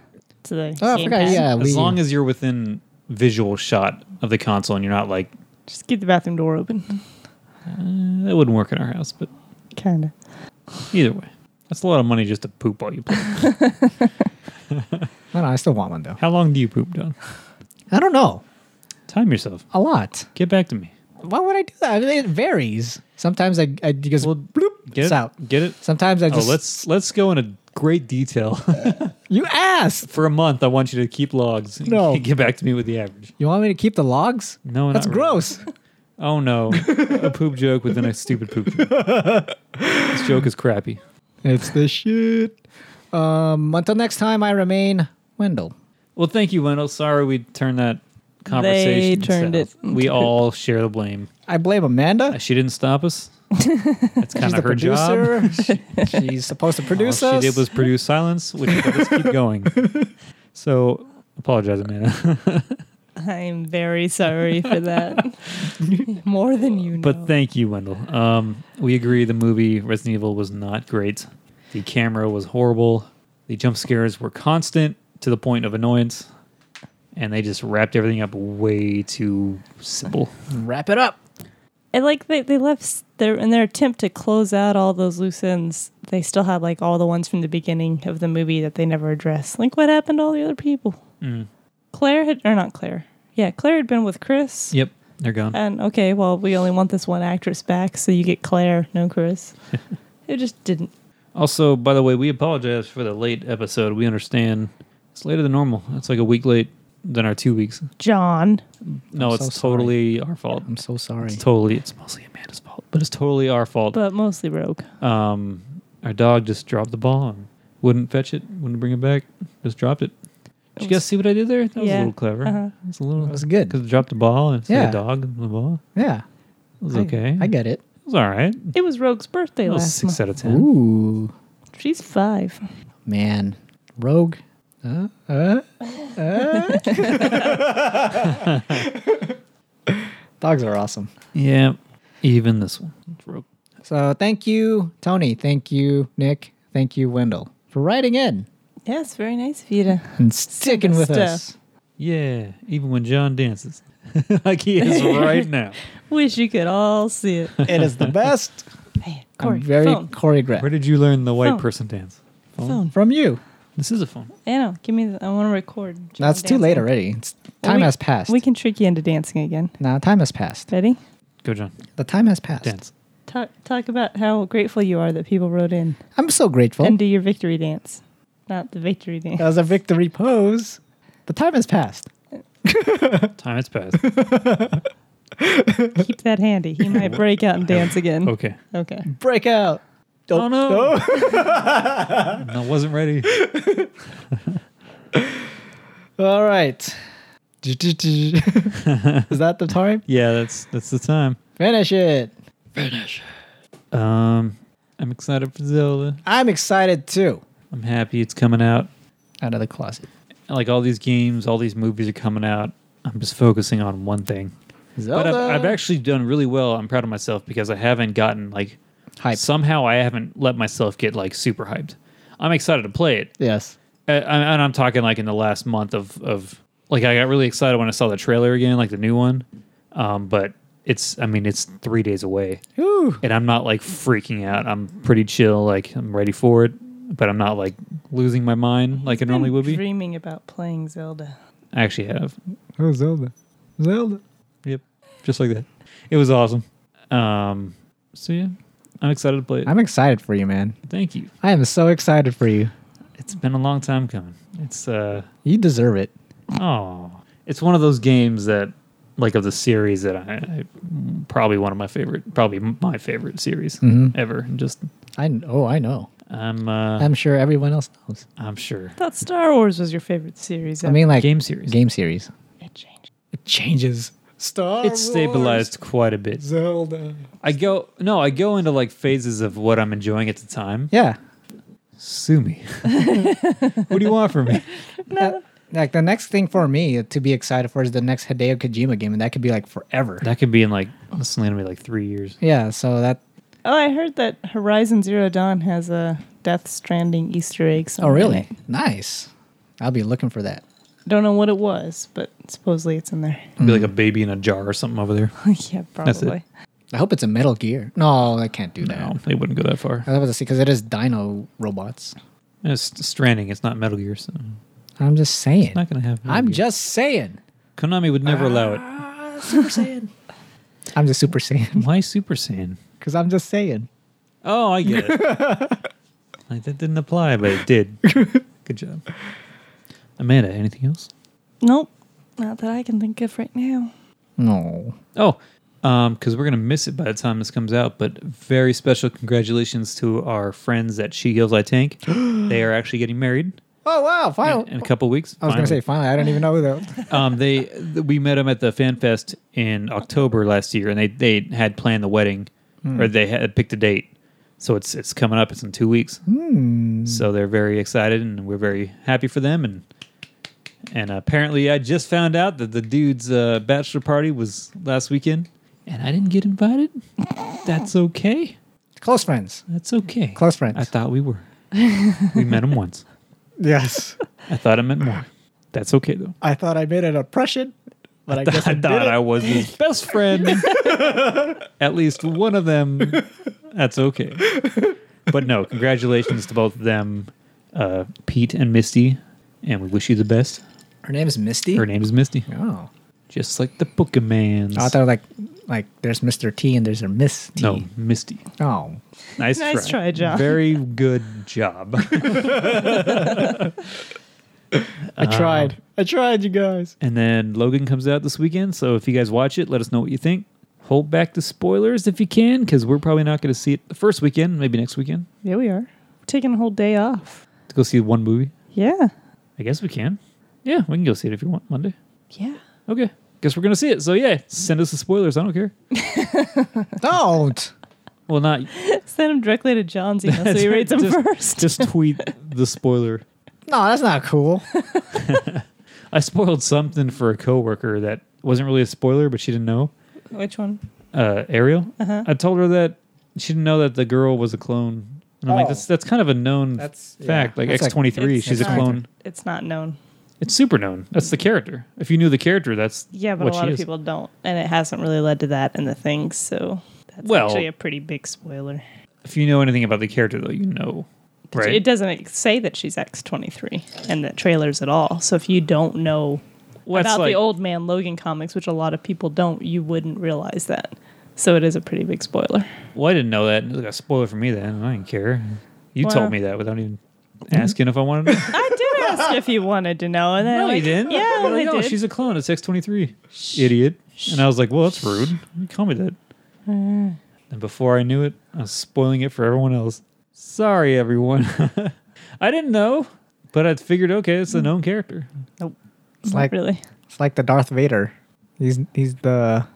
Speaker 2: to the.
Speaker 1: oh, I
Speaker 2: Game
Speaker 1: forgot.
Speaker 2: Pass.
Speaker 1: Yeah,
Speaker 3: As long as you're within visual shot of the console and you're not like,
Speaker 2: Just keep the bathroom door open.
Speaker 3: that wouldn't work in our house, but
Speaker 2: Kind of.
Speaker 3: either way. That's a lot of money just to poop while you play.
Speaker 1: no, no, I still want one though.
Speaker 3: How long do you poop, Don?
Speaker 1: I don't know.
Speaker 3: Time yourself.
Speaker 1: A lot.
Speaker 3: Get back to me.
Speaker 1: Why would I do that? I mean, it varies. Sometimes I, I just
Speaker 3: Well,
Speaker 1: bloop,
Speaker 3: Get
Speaker 1: it's
Speaker 3: it?
Speaker 1: out.
Speaker 3: Get it?
Speaker 1: Sometimes I
Speaker 3: Oh,
Speaker 1: just
Speaker 3: let's let's go into great detail.
Speaker 1: you asked.
Speaker 3: For a month, I want you to keep logs. and
Speaker 1: No.
Speaker 3: get back to me with the average.
Speaker 1: You want me to keep the logs?
Speaker 3: No,
Speaker 1: that's
Speaker 3: not really.
Speaker 1: gross.
Speaker 3: Oh no, a poop joke within a stupid poop joke. this joke is crappy.
Speaker 1: it's the shit. Um, until next time, I remain Wendell.
Speaker 3: Well, thank you, Wendell. Sorry we turned that conversation.
Speaker 2: They turned
Speaker 3: south.
Speaker 2: it
Speaker 3: We
Speaker 2: into-
Speaker 3: all share the blame. Uh,
Speaker 1: I blame Amanda.
Speaker 3: She didn't stop us. That's kind
Speaker 1: She's
Speaker 3: of
Speaker 1: the
Speaker 3: her job.
Speaker 1: producer. She- she's supposed to
Speaker 3: All
Speaker 1: produce
Speaker 3: she
Speaker 1: us.
Speaker 3: did was produce silence, which let us keep going. So, apologize, Amanda.
Speaker 2: I'm very sorry for that. More than you know.
Speaker 3: But thank you, Wendell. Um, we agree the movie Resident Evil was not great. The camera was horrible. The jump scares were constant to the point of annoyance. And they just wrapped everything up way too simple.
Speaker 1: Wrap it up.
Speaker 2: and like they, they left s- their in their attempt to close out all those loose ends, they still had like all the ones from the beginning of the movie that they never addressed. Like what happened to all the other people?
Speaker 3: Mm.
Speaker 2: Claire had or not Claire. Yeah, Claire had been with Chris.
Speaker 3: Yep, they're gone.
Speaker 2: And okay, well, we only want this one actress back, so you get Claire, no Chris. it just didn't.
Speaker 3: Also, by the way, we apologize for the late episode. We understand it's later than normal. It's like a week late than our two weeks.
Speaker 2: John.
Speaker 3: No,
Speaker 1: I'm
Speaker 3: it's
Speaker 1: so sorry.
Speaker 3: totally our fault.
Speaker 1: I'm so sorry.
Speaker 3: It's totally, it's mostly Amanda's fault, but it's totally our fault.
Speaker 2: but mostly Rogue.
Speaker 3: um, our dog just dropped the ball and wouldn't fetch it, wouldn't bring it back, just dropped it. Did you guys see what I did there? That was a
Speaker 2: Yeah.
Speaker 3: little clever.
Speaker 2: Uh-huh.
Speaker 3: It was a little
Speaker 1: That was good.
Speaker 3: because dropped the ball and yeah.
Speaker 1: Yeah.
Speaker 3: the dog and the ball.
Speaker 1: Yeah.
Speaker 3: It was
Speaker 1: I-
Speaker 3: okay.
Speaker 1: I, get it.
Speaker 3: It was all right.
Speaker 2: It was Rogue's birthday
Speaker 3: It was
Speaker 2: last
Speaker 3: six
Speaker 2: month.
Speaker 3: out of ten.
Speaker 1: Ooh.
Speaker 2: She's five.
Speaker 1: Man, Rogue. Uh, uh, uh. Dogs are awesome.
Speaker 3: Yeah, even this one.
Speaker 1: So thank you, Tony. Thank you, Nick. Thank you, Wendell, for writing in
Speaker 2: Yeah, it's very nice of you to.
Speaker 1: and sticking with us.
Speaker 3: Yeah, even when John dances, like he is right now.
Speaker 2: Wish you could all see it.
Speaker 1: It is the best.
Speaker 2: Man,
Speaker 1: I'm
Speaker 2: Chore-
Speaker 1: very
Speaker 2: phone.
Speaker 1: choreographed.
Speaker 3: Where did you learn the white
Speaker 2: Phone.
Speaker 3: person dance?
Speaker 2: Phone.
Speaker 1: From you.
Speaker 3: This is a phone.
Speaker 2: I know. Give me. The, I want to record. Show
Speaker 1: That's
Speaker 2: me
Speaker 1: too late
Speaker 2: dancing.
Speaker 1: already. It's,
Speaker 2: Well,
Speaker 1: time
Speaker 2: we-
Speaker 1: has passed.
Speaker 2: We can trick you into dancing again.
Speaker 1: now time has passed.
Speaker 2: Ready?
Speaker 3: Go, John.
Speaker 1: The time has passed.
Speaker 3: Dance.
Speaker 2: Talk talk about how grateful you are that people wrote in
Speaker 1: I'm so grateful.
Speaker 2: and do your victory dance, not the victory dance.
Speaker 1: that was a victory pose. The time has passed.
Speaker 3: Time has passed.
Speaker 2: Keep that handy. He might break out and dance again.
Speaker 3: okay.
Speaker 2: Okay.
Speaker 1: Break out.
Speaker 3: Oh, no. I wasn't ready.
Speaker 1: no. All right. Is that the time?
Speaker 3: Yeah, that's that's the time.
Speaker 1: Finish it.
Speaker 3: Um, I'm excited for Zelda.
Speaker 1: I'm excited too.
Speaker 3: I'm happy it's coming out.
Speaker 1: Out of the closet.
Speaker 3: Like all these games, all these movies are coming out. I'm just focusing on one thing.
Speaker 1: Zelda.
Speaker 3: But I've, I've actually done really well. I'm proud of myself because I haven't gotten like
Speaker 1: hype.
Speaker 3: somehow I haven't let myself get like super hyped. I'm excited to play it,
Speaker 1: yes.
Speaker 3: Uh, and and I'm talking like in the last month of of like I got really excited when I saw the trailer again, like the new one. Um, but it's I mean it's three days away,
Speaker 1: Ooh.
Speaker 3: and I'm not like freaking out. I'm pretty chill. Like I'm ready for it, but I'm not like losing my mind like I normally would be.
Speaker 2: Dreaming about playing Zelda.
Speaker 3: I actually have.
Speaker 1: Oh, Zelda. Zelda.
Speaker 3: Yep, just like that. It was awesome. Um, so yeah, I'm excited to play it.
Speaker 1: I'm excited for you, man.
Speaker 3: Thank you.
Speaker 1: I am so excited for you.
Speaker 3: It's been a long time coming. It's uh.
Speaker 1: You deserve it.
Speaker 3: Oh, it's one of those games that, like, of the series that I, I probably one of my favorite, probably m- my favorite series
Speaker 1: Mhm.
Speaker 3: ever. And just
Speaker 1: I kn- oh, I know.
Speaker 3: I'm, uh, I'm,
Speaker 1: I'm sure everyone else knows.
Speaker 3: sure.
Speaker 2: I thought Star Wars was your favorite series.
Speaker 1: I mean, like
Speaker 3: Game series.
Speaker 1: Game series.
Speaker 2: it changed.
Speaker 1: It changes. Star.
Speaker 3: It's stabilized quite a bit.
Speaker 1: Zelda.
Speaker 3: I go no, I go into like phases of what I'm enjoying at the time.
Speaker 1: Yeah.
Speaker 3: Sue me. what do you want from me?
Speaker 1: Uh, like the next thing for me to be excited for is the next Hideo Kojima game, and that could be like forever.
Speaker 3: That could be in like that's only gonna be like three years.
Speaker 1: yeah. So that.
Speaker 2: Oh, I heard that Horizon Zero Dawn has a Death Stranding Easter egg.
Speaker 1: Oh,
Speaker 2: somewhere in
Speaker 1: really?
Speaker 2: it.
Speaker 1: Nice. I'll be looking for that.
Speaker 2: Don't know what it was, but supposedly it's in there.
Speaker 3: It'd be like a baby in a jar or something over there.
Speaker 2: yeah,
Speaker 3: That's it.
Speaker 2: probably.
Speaker 1: I hope it's a Metal Gear. No, I can't do that.
Speaker 3: No, they wouldn't go that far.
Speaker 1: I was about to say because it is Dino robots.
Speaker 3: It's stranding. It's not Metal Gear, so
Speaker 1: I'm just saying.
Speaker 3: not gonna happen.
Speaker 1: I'm just saying.
Speaker 3: Konami would never allow it.
Speaker 1: Ah, Super Saiyan. I'm just Super Saiyan
Speaker 3: Why Super Saiyan?
Speaker 1: because I'm just saying.
Speaker 3: Oh, I get it. like, that didn't apply, but it did. Good job. Amanda, anything else?
Speaker 2: Nope. Not that I can think of right now.
Speaker 1: No.
Speaker 3: Oh, because we're going to miss it by the time this comes out, but very special congratulations to our friends at She Gills I Tank. they are actually getting married
Speaker 1: Oh wow! Final.
Speaker 3: in, in a couple weeks.
Speaker 1: I was gonna say finally. I don't even know though.
Speaker 3: um, they th- we met them at the fan fest in October last year, and they they had planned the wedding, or they had picked a date. So it's it's coming up. It's in two weeks. So they're very excited, and we're very happy for them. And and apparently, I just found out that the dude's uh, bachelor party was last weekend, and I didn't get invited. That's okay.
Speaker 1: Close friends.
Speaker 3: That's okay.
Speaker 1: Close friends.
Speaker 3: I thought we were. we met him once.
Speaker 1: yes.
Speaker 3: I thought I met more. That's okay though.
Speaker 1: I thought I made an oppression, but I, guess I,
Speaker 3: I
Speaker 1: did
Speaker 3: thought I was his best friend. At least one of them. That's okay. But no, congratulations to both of them, uh, Pete and Misty, and we wish you the best.
Speaker 1: Her name is Misty.
Speaker 3: Her name is Misty,
Speaker 1: Oh.
Speaker 3: just like the Pokemans.
Speaker 1: I thought like like there's Mr. T and there's a Miss T.
Speaker 3: no, Misty.
Speaker 1: Oh.
Speaker 3: Nice,
Speaker 2: Nice try, John.
Speaker 3: Very good job.
Speaker 1: I
Speaker 3: Uh-huh.
Speaker 1: tried. I tried, you guys.
Speaker 3: and then Logan comes out this weekend, so if you guys watch it, let us know what you think. Hold back the spoilers if you can, because we're probably not going to see it the first weekend, maybe next weekend,
Speaker 2: There we are. Taking a whole day off.
Speaker 3: to go see one movie.
Speaker 2: Yeah.
Speaker 3: I guess we can. Yeah, we can go see it if you want Monday.
Speaker 2: Yeah.
Speaker 3: Okay. Guess we're gonna see it. So yeah, send us the spoilers. I don't care.
Speaker 1: Don't.
Speaker 3: Well, not
Speaker 2: Send them directly to John's email so he reads them
Speaker 3: Just-
Speaker 2: first.
Speaker 3: just tweet the spoiler.
Speaker 1: No, that's not cool.
Speaker 3: I spoiled something for a coworker that wasn't really a spoiler, but she didn't know.
Speaker 2: Which one?
Speaker 3: Uh, Ariel.
Speaker 2: Uh-huh.
Speaker 3: I told her that she didn't know that the girl was a clone, and I'm like,
Speaker 1: Oh.
Speaker 3: that's that's kind of a known
Speaker 1: That's-
Speaker 3: fact.
Speaker 1: yeah.
Speaker 3: Like
Speaker 1: That's like-
Speaker 3: X23,
Speaker 2: It's-
Speaker 3: she's a
Speaker 2: it's not-
Speaker 3: clone.
Speaker 2: It's not known.
Speaker 3: It's super known. That's the character. If you knew the character, that's
Speaker 2: Yeah, but
Speaker 3: what
Speaker 2: a
Speaker 3: she
Speaker 2: lot of
Speaker 3: is.
Speaker 2: people don't, and it hasn't really led to that in the thing. So that's
Speaker 3: Well-
Speaker 2: actually a pretty big spoiler.
Speaker 3: If you know anything about the character, though, you know, right?
Speaker 2: It doesn't say that she's X23 in the trailers at all. So if you don't know
Speaker 3: Well, it's
Speaker 2: about
Speaker 3: like-
Speaker 2: the old man Logan comics, which a lot of people don't, you wouldn't realize that. So it is a pretty big spoiler.
Speaker 3: Well, I didn't know that. It was a spoiler for me then. I didn't care. You
Speaker 2: Well-
Speaker 3: told me that without even asking if I wanted to. know.
Speaker 2: I did ask if you wanted to know, and then
Speaker 3: no,
Speaker 2: like,
Speaker 3: you didn't.
Speaker 2: Yeah,
Speaker 3: You're like,
Speaker 2: I
Speaker 3: "Oh,
Speaker 2: did.
Speaker 3: she's a clone. It's X twenty three, idiot. And I was like, well, that's rude. You call me that.
Speaker 2: Mm.
Speaker 3: And before I knew it, I was spoiling it for everyone else. Sorry, everyone. I didn't know, but I figured, okay, it's a known character.
Speaker 1: It's like
Speaker 2: really.
Speaker 1: it's like the Darth Vader. He's he's the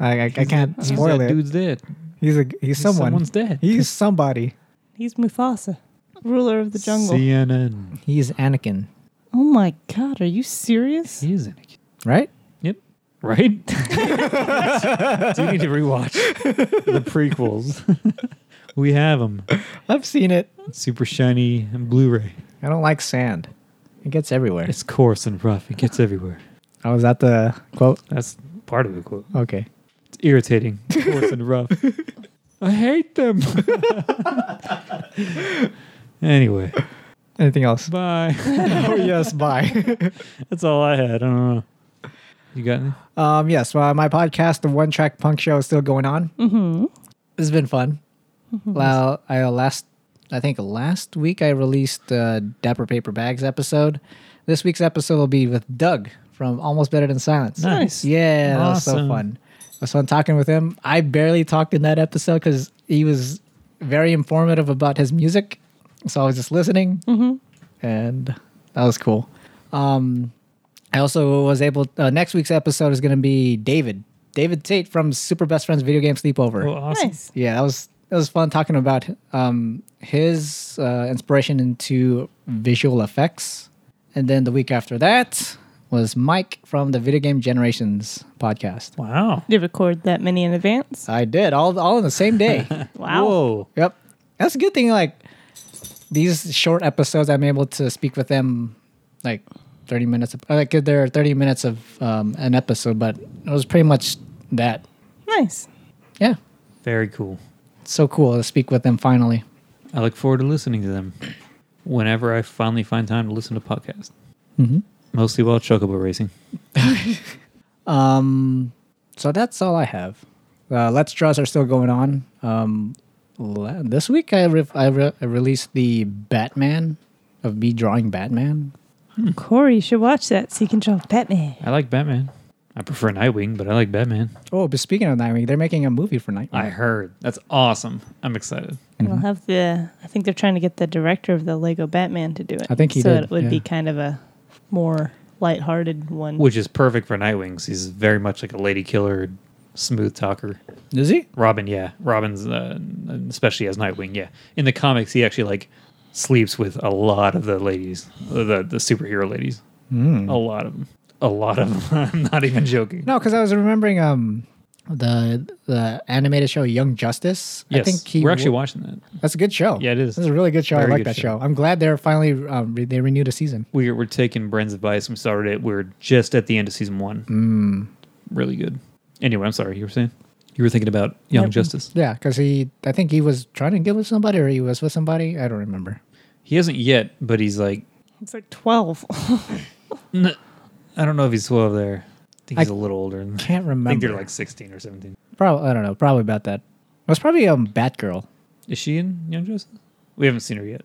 Speaker 1: I I, I can't
Speaker 3: He's
Speaker 1: spoil
Speaker 3: that
Speaker 1: it.
Speaker 3: Dude's dead.
Speaker 1: He's a he's someone.
Speaker 3: Someone's dead.
Speaker 1: He's somebody.
Speaker 2: He's Mufasa, ruler of the jungle.
Speaker 3: CNN.
Speaker 1: He's Anakin,
Speaker 2: Oh my god, are you serious?
Speaker 3: He is in it.
Speaker 1: right?
Speaker 3: Yep. Right? Do you need to rewatch the prequels? we have them.
Speaker 1: I've seen it.
Speaker 3: Super shiny and Blu-ray.
Speaker 1: I don't like sand. It gets everywhere.
Speaker 3: It's coarse and rough. It gets everywhere.
Speaker 1: I was at the quote.
Speaker 3: That's part of the quote.
Speaker 1: Okay.
Speaker 3: It's irritating. coarse and rough. I hate them. anyway,
Speaker 1: Anything else?
Speaker 3: bye.
Speaker 1: oh yes, bye.
Speaker 3: That's all I had. I don't know. You got any?
Speaker 1: um yes, well, my podcast, the One Track Punk Show, is still going on. Mm-hmm. This has been fun. Well, I uh, last I think last week I released the Dapper Paper Bags episode. This week's episode will be with Doug from Almost Better Than Silence.
Speaker 3: Nice.
Speaker 1: Yeah, that was so
Speaker 3: Awesome.
Speaker 1: fun. It was fun talking with him. I barely talked in that episode because he was very informative about his music. So I was just listening,
Speaker 3: Mm-hmm.
Speaker 1: and that was cool. Um, I also was able. Uh, next week's episode is going to be David, David Tate from Super Best Friends Video Game Sleepover.
Speaker 3: Well, Oh, awesome.
Speaker 2: Nice.
Speaker 1: Yeah, that was that was fun talking about um, his uh, inspiration into visual effects, and then the week after that was Mike from the Video Game Generations podcast.
Speaker 3: Wow.
Speaker 2: Did you record that many in advance?
Speaker 1: I did all all on the same day.
Speaker 2: Wow.
Speaker 3: Whoa.
Speaker 1: yep, that's a good thing. Like these short episodes, I'm able to speak with them like 30 minutes. Of, like they're 30 minutes of um, an episode, but it was pretty much that.
Speaker 2: Nice.
Speaker 1: Yeah,
Speaker 3: Very cool.
Speaker 1: it's so cool to speak with them finally.
Speaker 3: I look forward to listening to them whenever I finally find time to listen to podcasts.
Speaker 1: Mm-hmm.
Speaker 3: Mostly while chocobo racing.
Speaker 1: Um, so that's all I have. Uh, Let's Draws are still going on. Um, la- this week I, re- I, re- I released the Batman of me drawing Batman.
Speaker 2: Corey, you should watch that so you can draw Batman.
Speaker 3: I like Batman. I prefer Nightwing, but I like Batman.
Speaker 1: Oh, but speaking of Nightwing, they're making a movie for Nightwing.
Speaker 3: I heard. That's awesome. I'm excited.
Speaker 2: We'll have the. I think they're trying to get the director of the Lego Batman to do it.
Speaker 1: I think he
Speaker 2: so
Speaker 1: did,
Speaker 2: it would
Speaker 1: yeah.
Speaker 2: be kind of a more lighthearted one.
Speaker 3: Which is perfect for Nightwings. He's very much like a lady killer, smooth talker.
Speaker 1: Is he?
Speaker 3: Robin, yeah. Robin's, uh, especially as Nightwing, yeah. In the comics, he actually like sleeps with a lot of the ladies, the, the superhero ladies. A lot of them. A lot of them. I'm not even joking.
Speaker 1: Oh. No, because I was remembering um the the animated show Young Justice.
Speaker 3: Yes,
Speaker 1: I think he
Speaker 3: we're actually
Speaker 1: wa-
Speaker 3: watching that.
Speaker 1: That's a good show.
Speaker 3: Yeah, it is.
Speaker 1: That's a really good show.
Speaker 3: Very
Speaker 1: I like
Speaker 3: good
Speaker 1: that
Speaker 3: show.
Speaker 1: show. I'm glad they're finally um, re- they renewed a season.
Speaker 3: We we're taking Bren's advice. We started it. We're just at the end of season one. Really good. Anyway, I'm sorry. You were saying Mm. you were thinking about Young
Speaker 2: Yep.
Speaker 3: Justice.
Speaker 1: Yeah, because he I think he was trying to get with somebody or he was with somebody. I don't remember.
Speaker 3: He hasn't yet, but he's like
Speaker 2: It's like twelve.
Speaker 3: "N- I don't know if he's twelve there. I think he's
Speaker 1: I
Speaker 3: a little older. Than
Speaker 1: Can't remember.
Speaker 3: I think they're like sixteen or seventeen.
Speaker 1: Probably, I don't know. Probably about that. It was probably um Batgirl.
Speaker 3: Is she in Young Justice? We haven't seen her yet.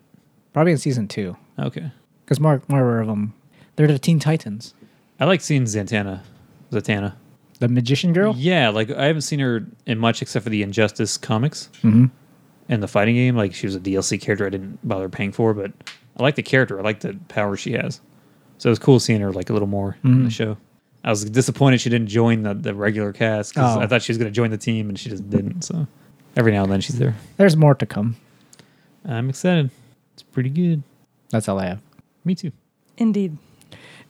Speaker 1: Probably in season two,
Speaker 3: Okay.
Speaker 1: because more more of them. They're the Teen Titans.
Speaker 3: I like seeing Zantana. Zatanna.
Speaker 1: The Magician Girl.
Speaker 3: Yeah, like I haven't seen her in much except for the Injustice comics
Speaker 1: Mhm.
Speaker 3: and the fighting game. Like she was a DLC character I didn't bother paying for, but I like the character. I like the power she has. So it was cool seeing her like a little more in
Speaker 1: Mm-hmm.
Speaker 3: the show. I was disappointed she didn't join the, the regular cast because
Speaker 1: Oh.
Speaker 3: I thought she was going to join the team and she just didn't. So every now and then she's there.
Speaker 1: There's more to come.
Speaker 3: I'm excited. It's pretty good.
Speaker 1: That's all I have.
Speaker 3: Me too.
Speaker 2: Indeed.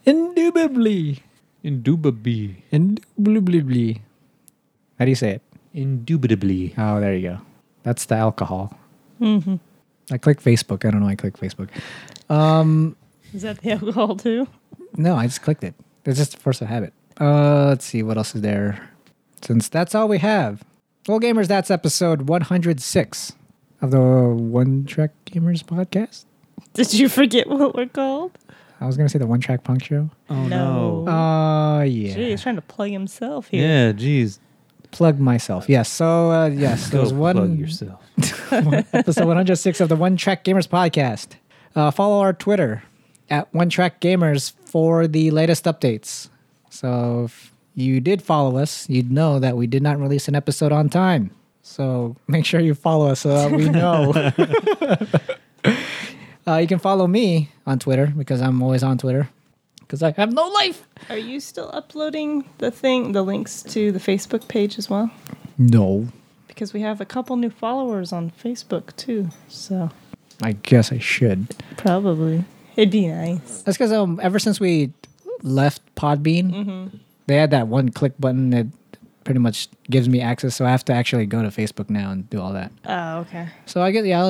Speaker 1: Indubitably.
Speaker 3: Indubitably.
Speaker 1: Indubitably. How do you say it?
Speaker 3: Indubitably.
Speaker 1: Oh, there you go. That's the alcohol. Mm-hmm. I click Facebook. I don't know. why I click Facebook. Um,
Speaker 2: Is that the alcohol too?
Speaker 1: no, I just clicked it. It's just a force of habit. Uh, let's see what else is there. Since that's all we have. Well, gamers, that's episode 106. of the One Track Gamers podcast.
Speaker 2: Did you forget what we're called?
Speaker 1: I was gonna say the One Track Punk Show.
Speaker 3: Oh
Speaker 2: No. no.
Speaker 1: Uh
Speaker 2: Gee,
Speaker 1: yeah.
Speaker 2: he's trying to plug himself here.
Speaker 3: Yeah, geez.
Speaker 1: Plug myself. Yes. So uh, yes, there
Speaker 3: Go
Speaker 1: was
Speaker 3: plug
Speaker 1: one
Speaker 3: yourself.
Speaker 1: episode 106 of the One Track Gamers podcast. Uh, follow our Twitter at One Track Gamers for the latest updates. So if you did follow us, you'd know that we did not release an episode on time. So make sure you follow us so that we know. uh, you can follow me on Twitter because I'm always on Twitter because I have no life.
Speaker 2: Are you still uploading the thing, the links to the Facebook page as well?
Speaker 1: No.
Speaker 2: Because we have a couple new followers on Facebook too. So
Speaker 1: I guess I should.
Speaker 2: probably it'd be nice.
Speaker 1: That's because um, ever since we left Podbean, they had that one click button that pretty much gives me access. So I have to actually go to Facebook now and do all that.
Speaker 2: Oh, okay.
Speaker 1: So I guess yeah, I'll,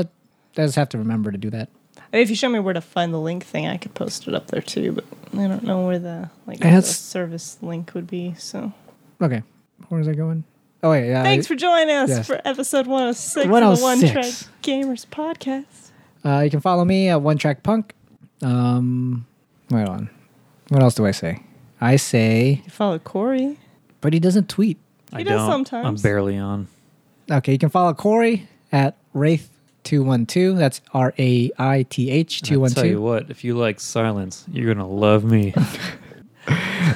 Speaker 1: I just have to remember to do that.
Speaker 2: I mean, if you show me where to find the link thing, I could post it up there too. But I don't know where the like
Speaker 1: That's-
Speaker 2: the service link would be. So
Speaker 1: Okay, where is that going? Oh wait, yeah.
Speaker 2: thanks for joining us
Speaker 1: yes.
Speaker 2: for episode one hundred six of the One
Speaker 1: 106.
Speaker 2: Track Gamers podcast.
Speaker 1: Uh, you can follow me at One Track Punk. Um, wait on. What else do I say? I say,
Speaker 2: You follow Corey.
Speaker 1: but he doesn't tweet.
Speaker 3: I
Speaker 2: He
Speaker 3: don't.
Speaker 2: does sometimes.
Speaker 3: I'm barely on.
Speaker 1: Okay, you can follow Corey at Wraith two one two. That's R A I T H two
Speaker 3: And I
Speaker 1: one
Speaker 3: tell you
Speaker 1: two.
Speaker 3: what, if you like silence, you're gonna love me.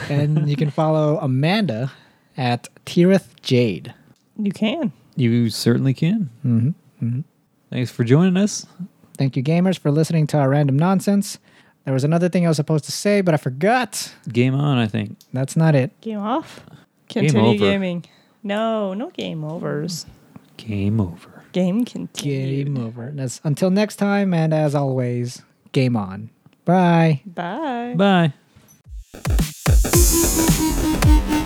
Speaker 1: and you can follow Amanda at Tirith Jade.
Speaker 2: You can.
Speaker 3: you certainly can.
Speaker 1: Mm-hmm.
Speaker 3: Thanks for joining us.
Speaker 1: Thank you, gamers, for listening to our random nonsense. There was another thing I was supposed to say, but I forgot.
Speaker 3: Game on, I think.
Speaker 1: That's not it.
Speaker 2: Game off.
Speaker 3: Game
Speaker 2: Continue
Speaker 3: over.
Speaker 2: gaming. No, no game overs.
Speaker 3: Game over.
Speaker 2: Game continued.
Speaker 1: Game over. That's, until next time, and as always, game on. Bye.
Speaker 2: Bye.
Speaker 3: Bye.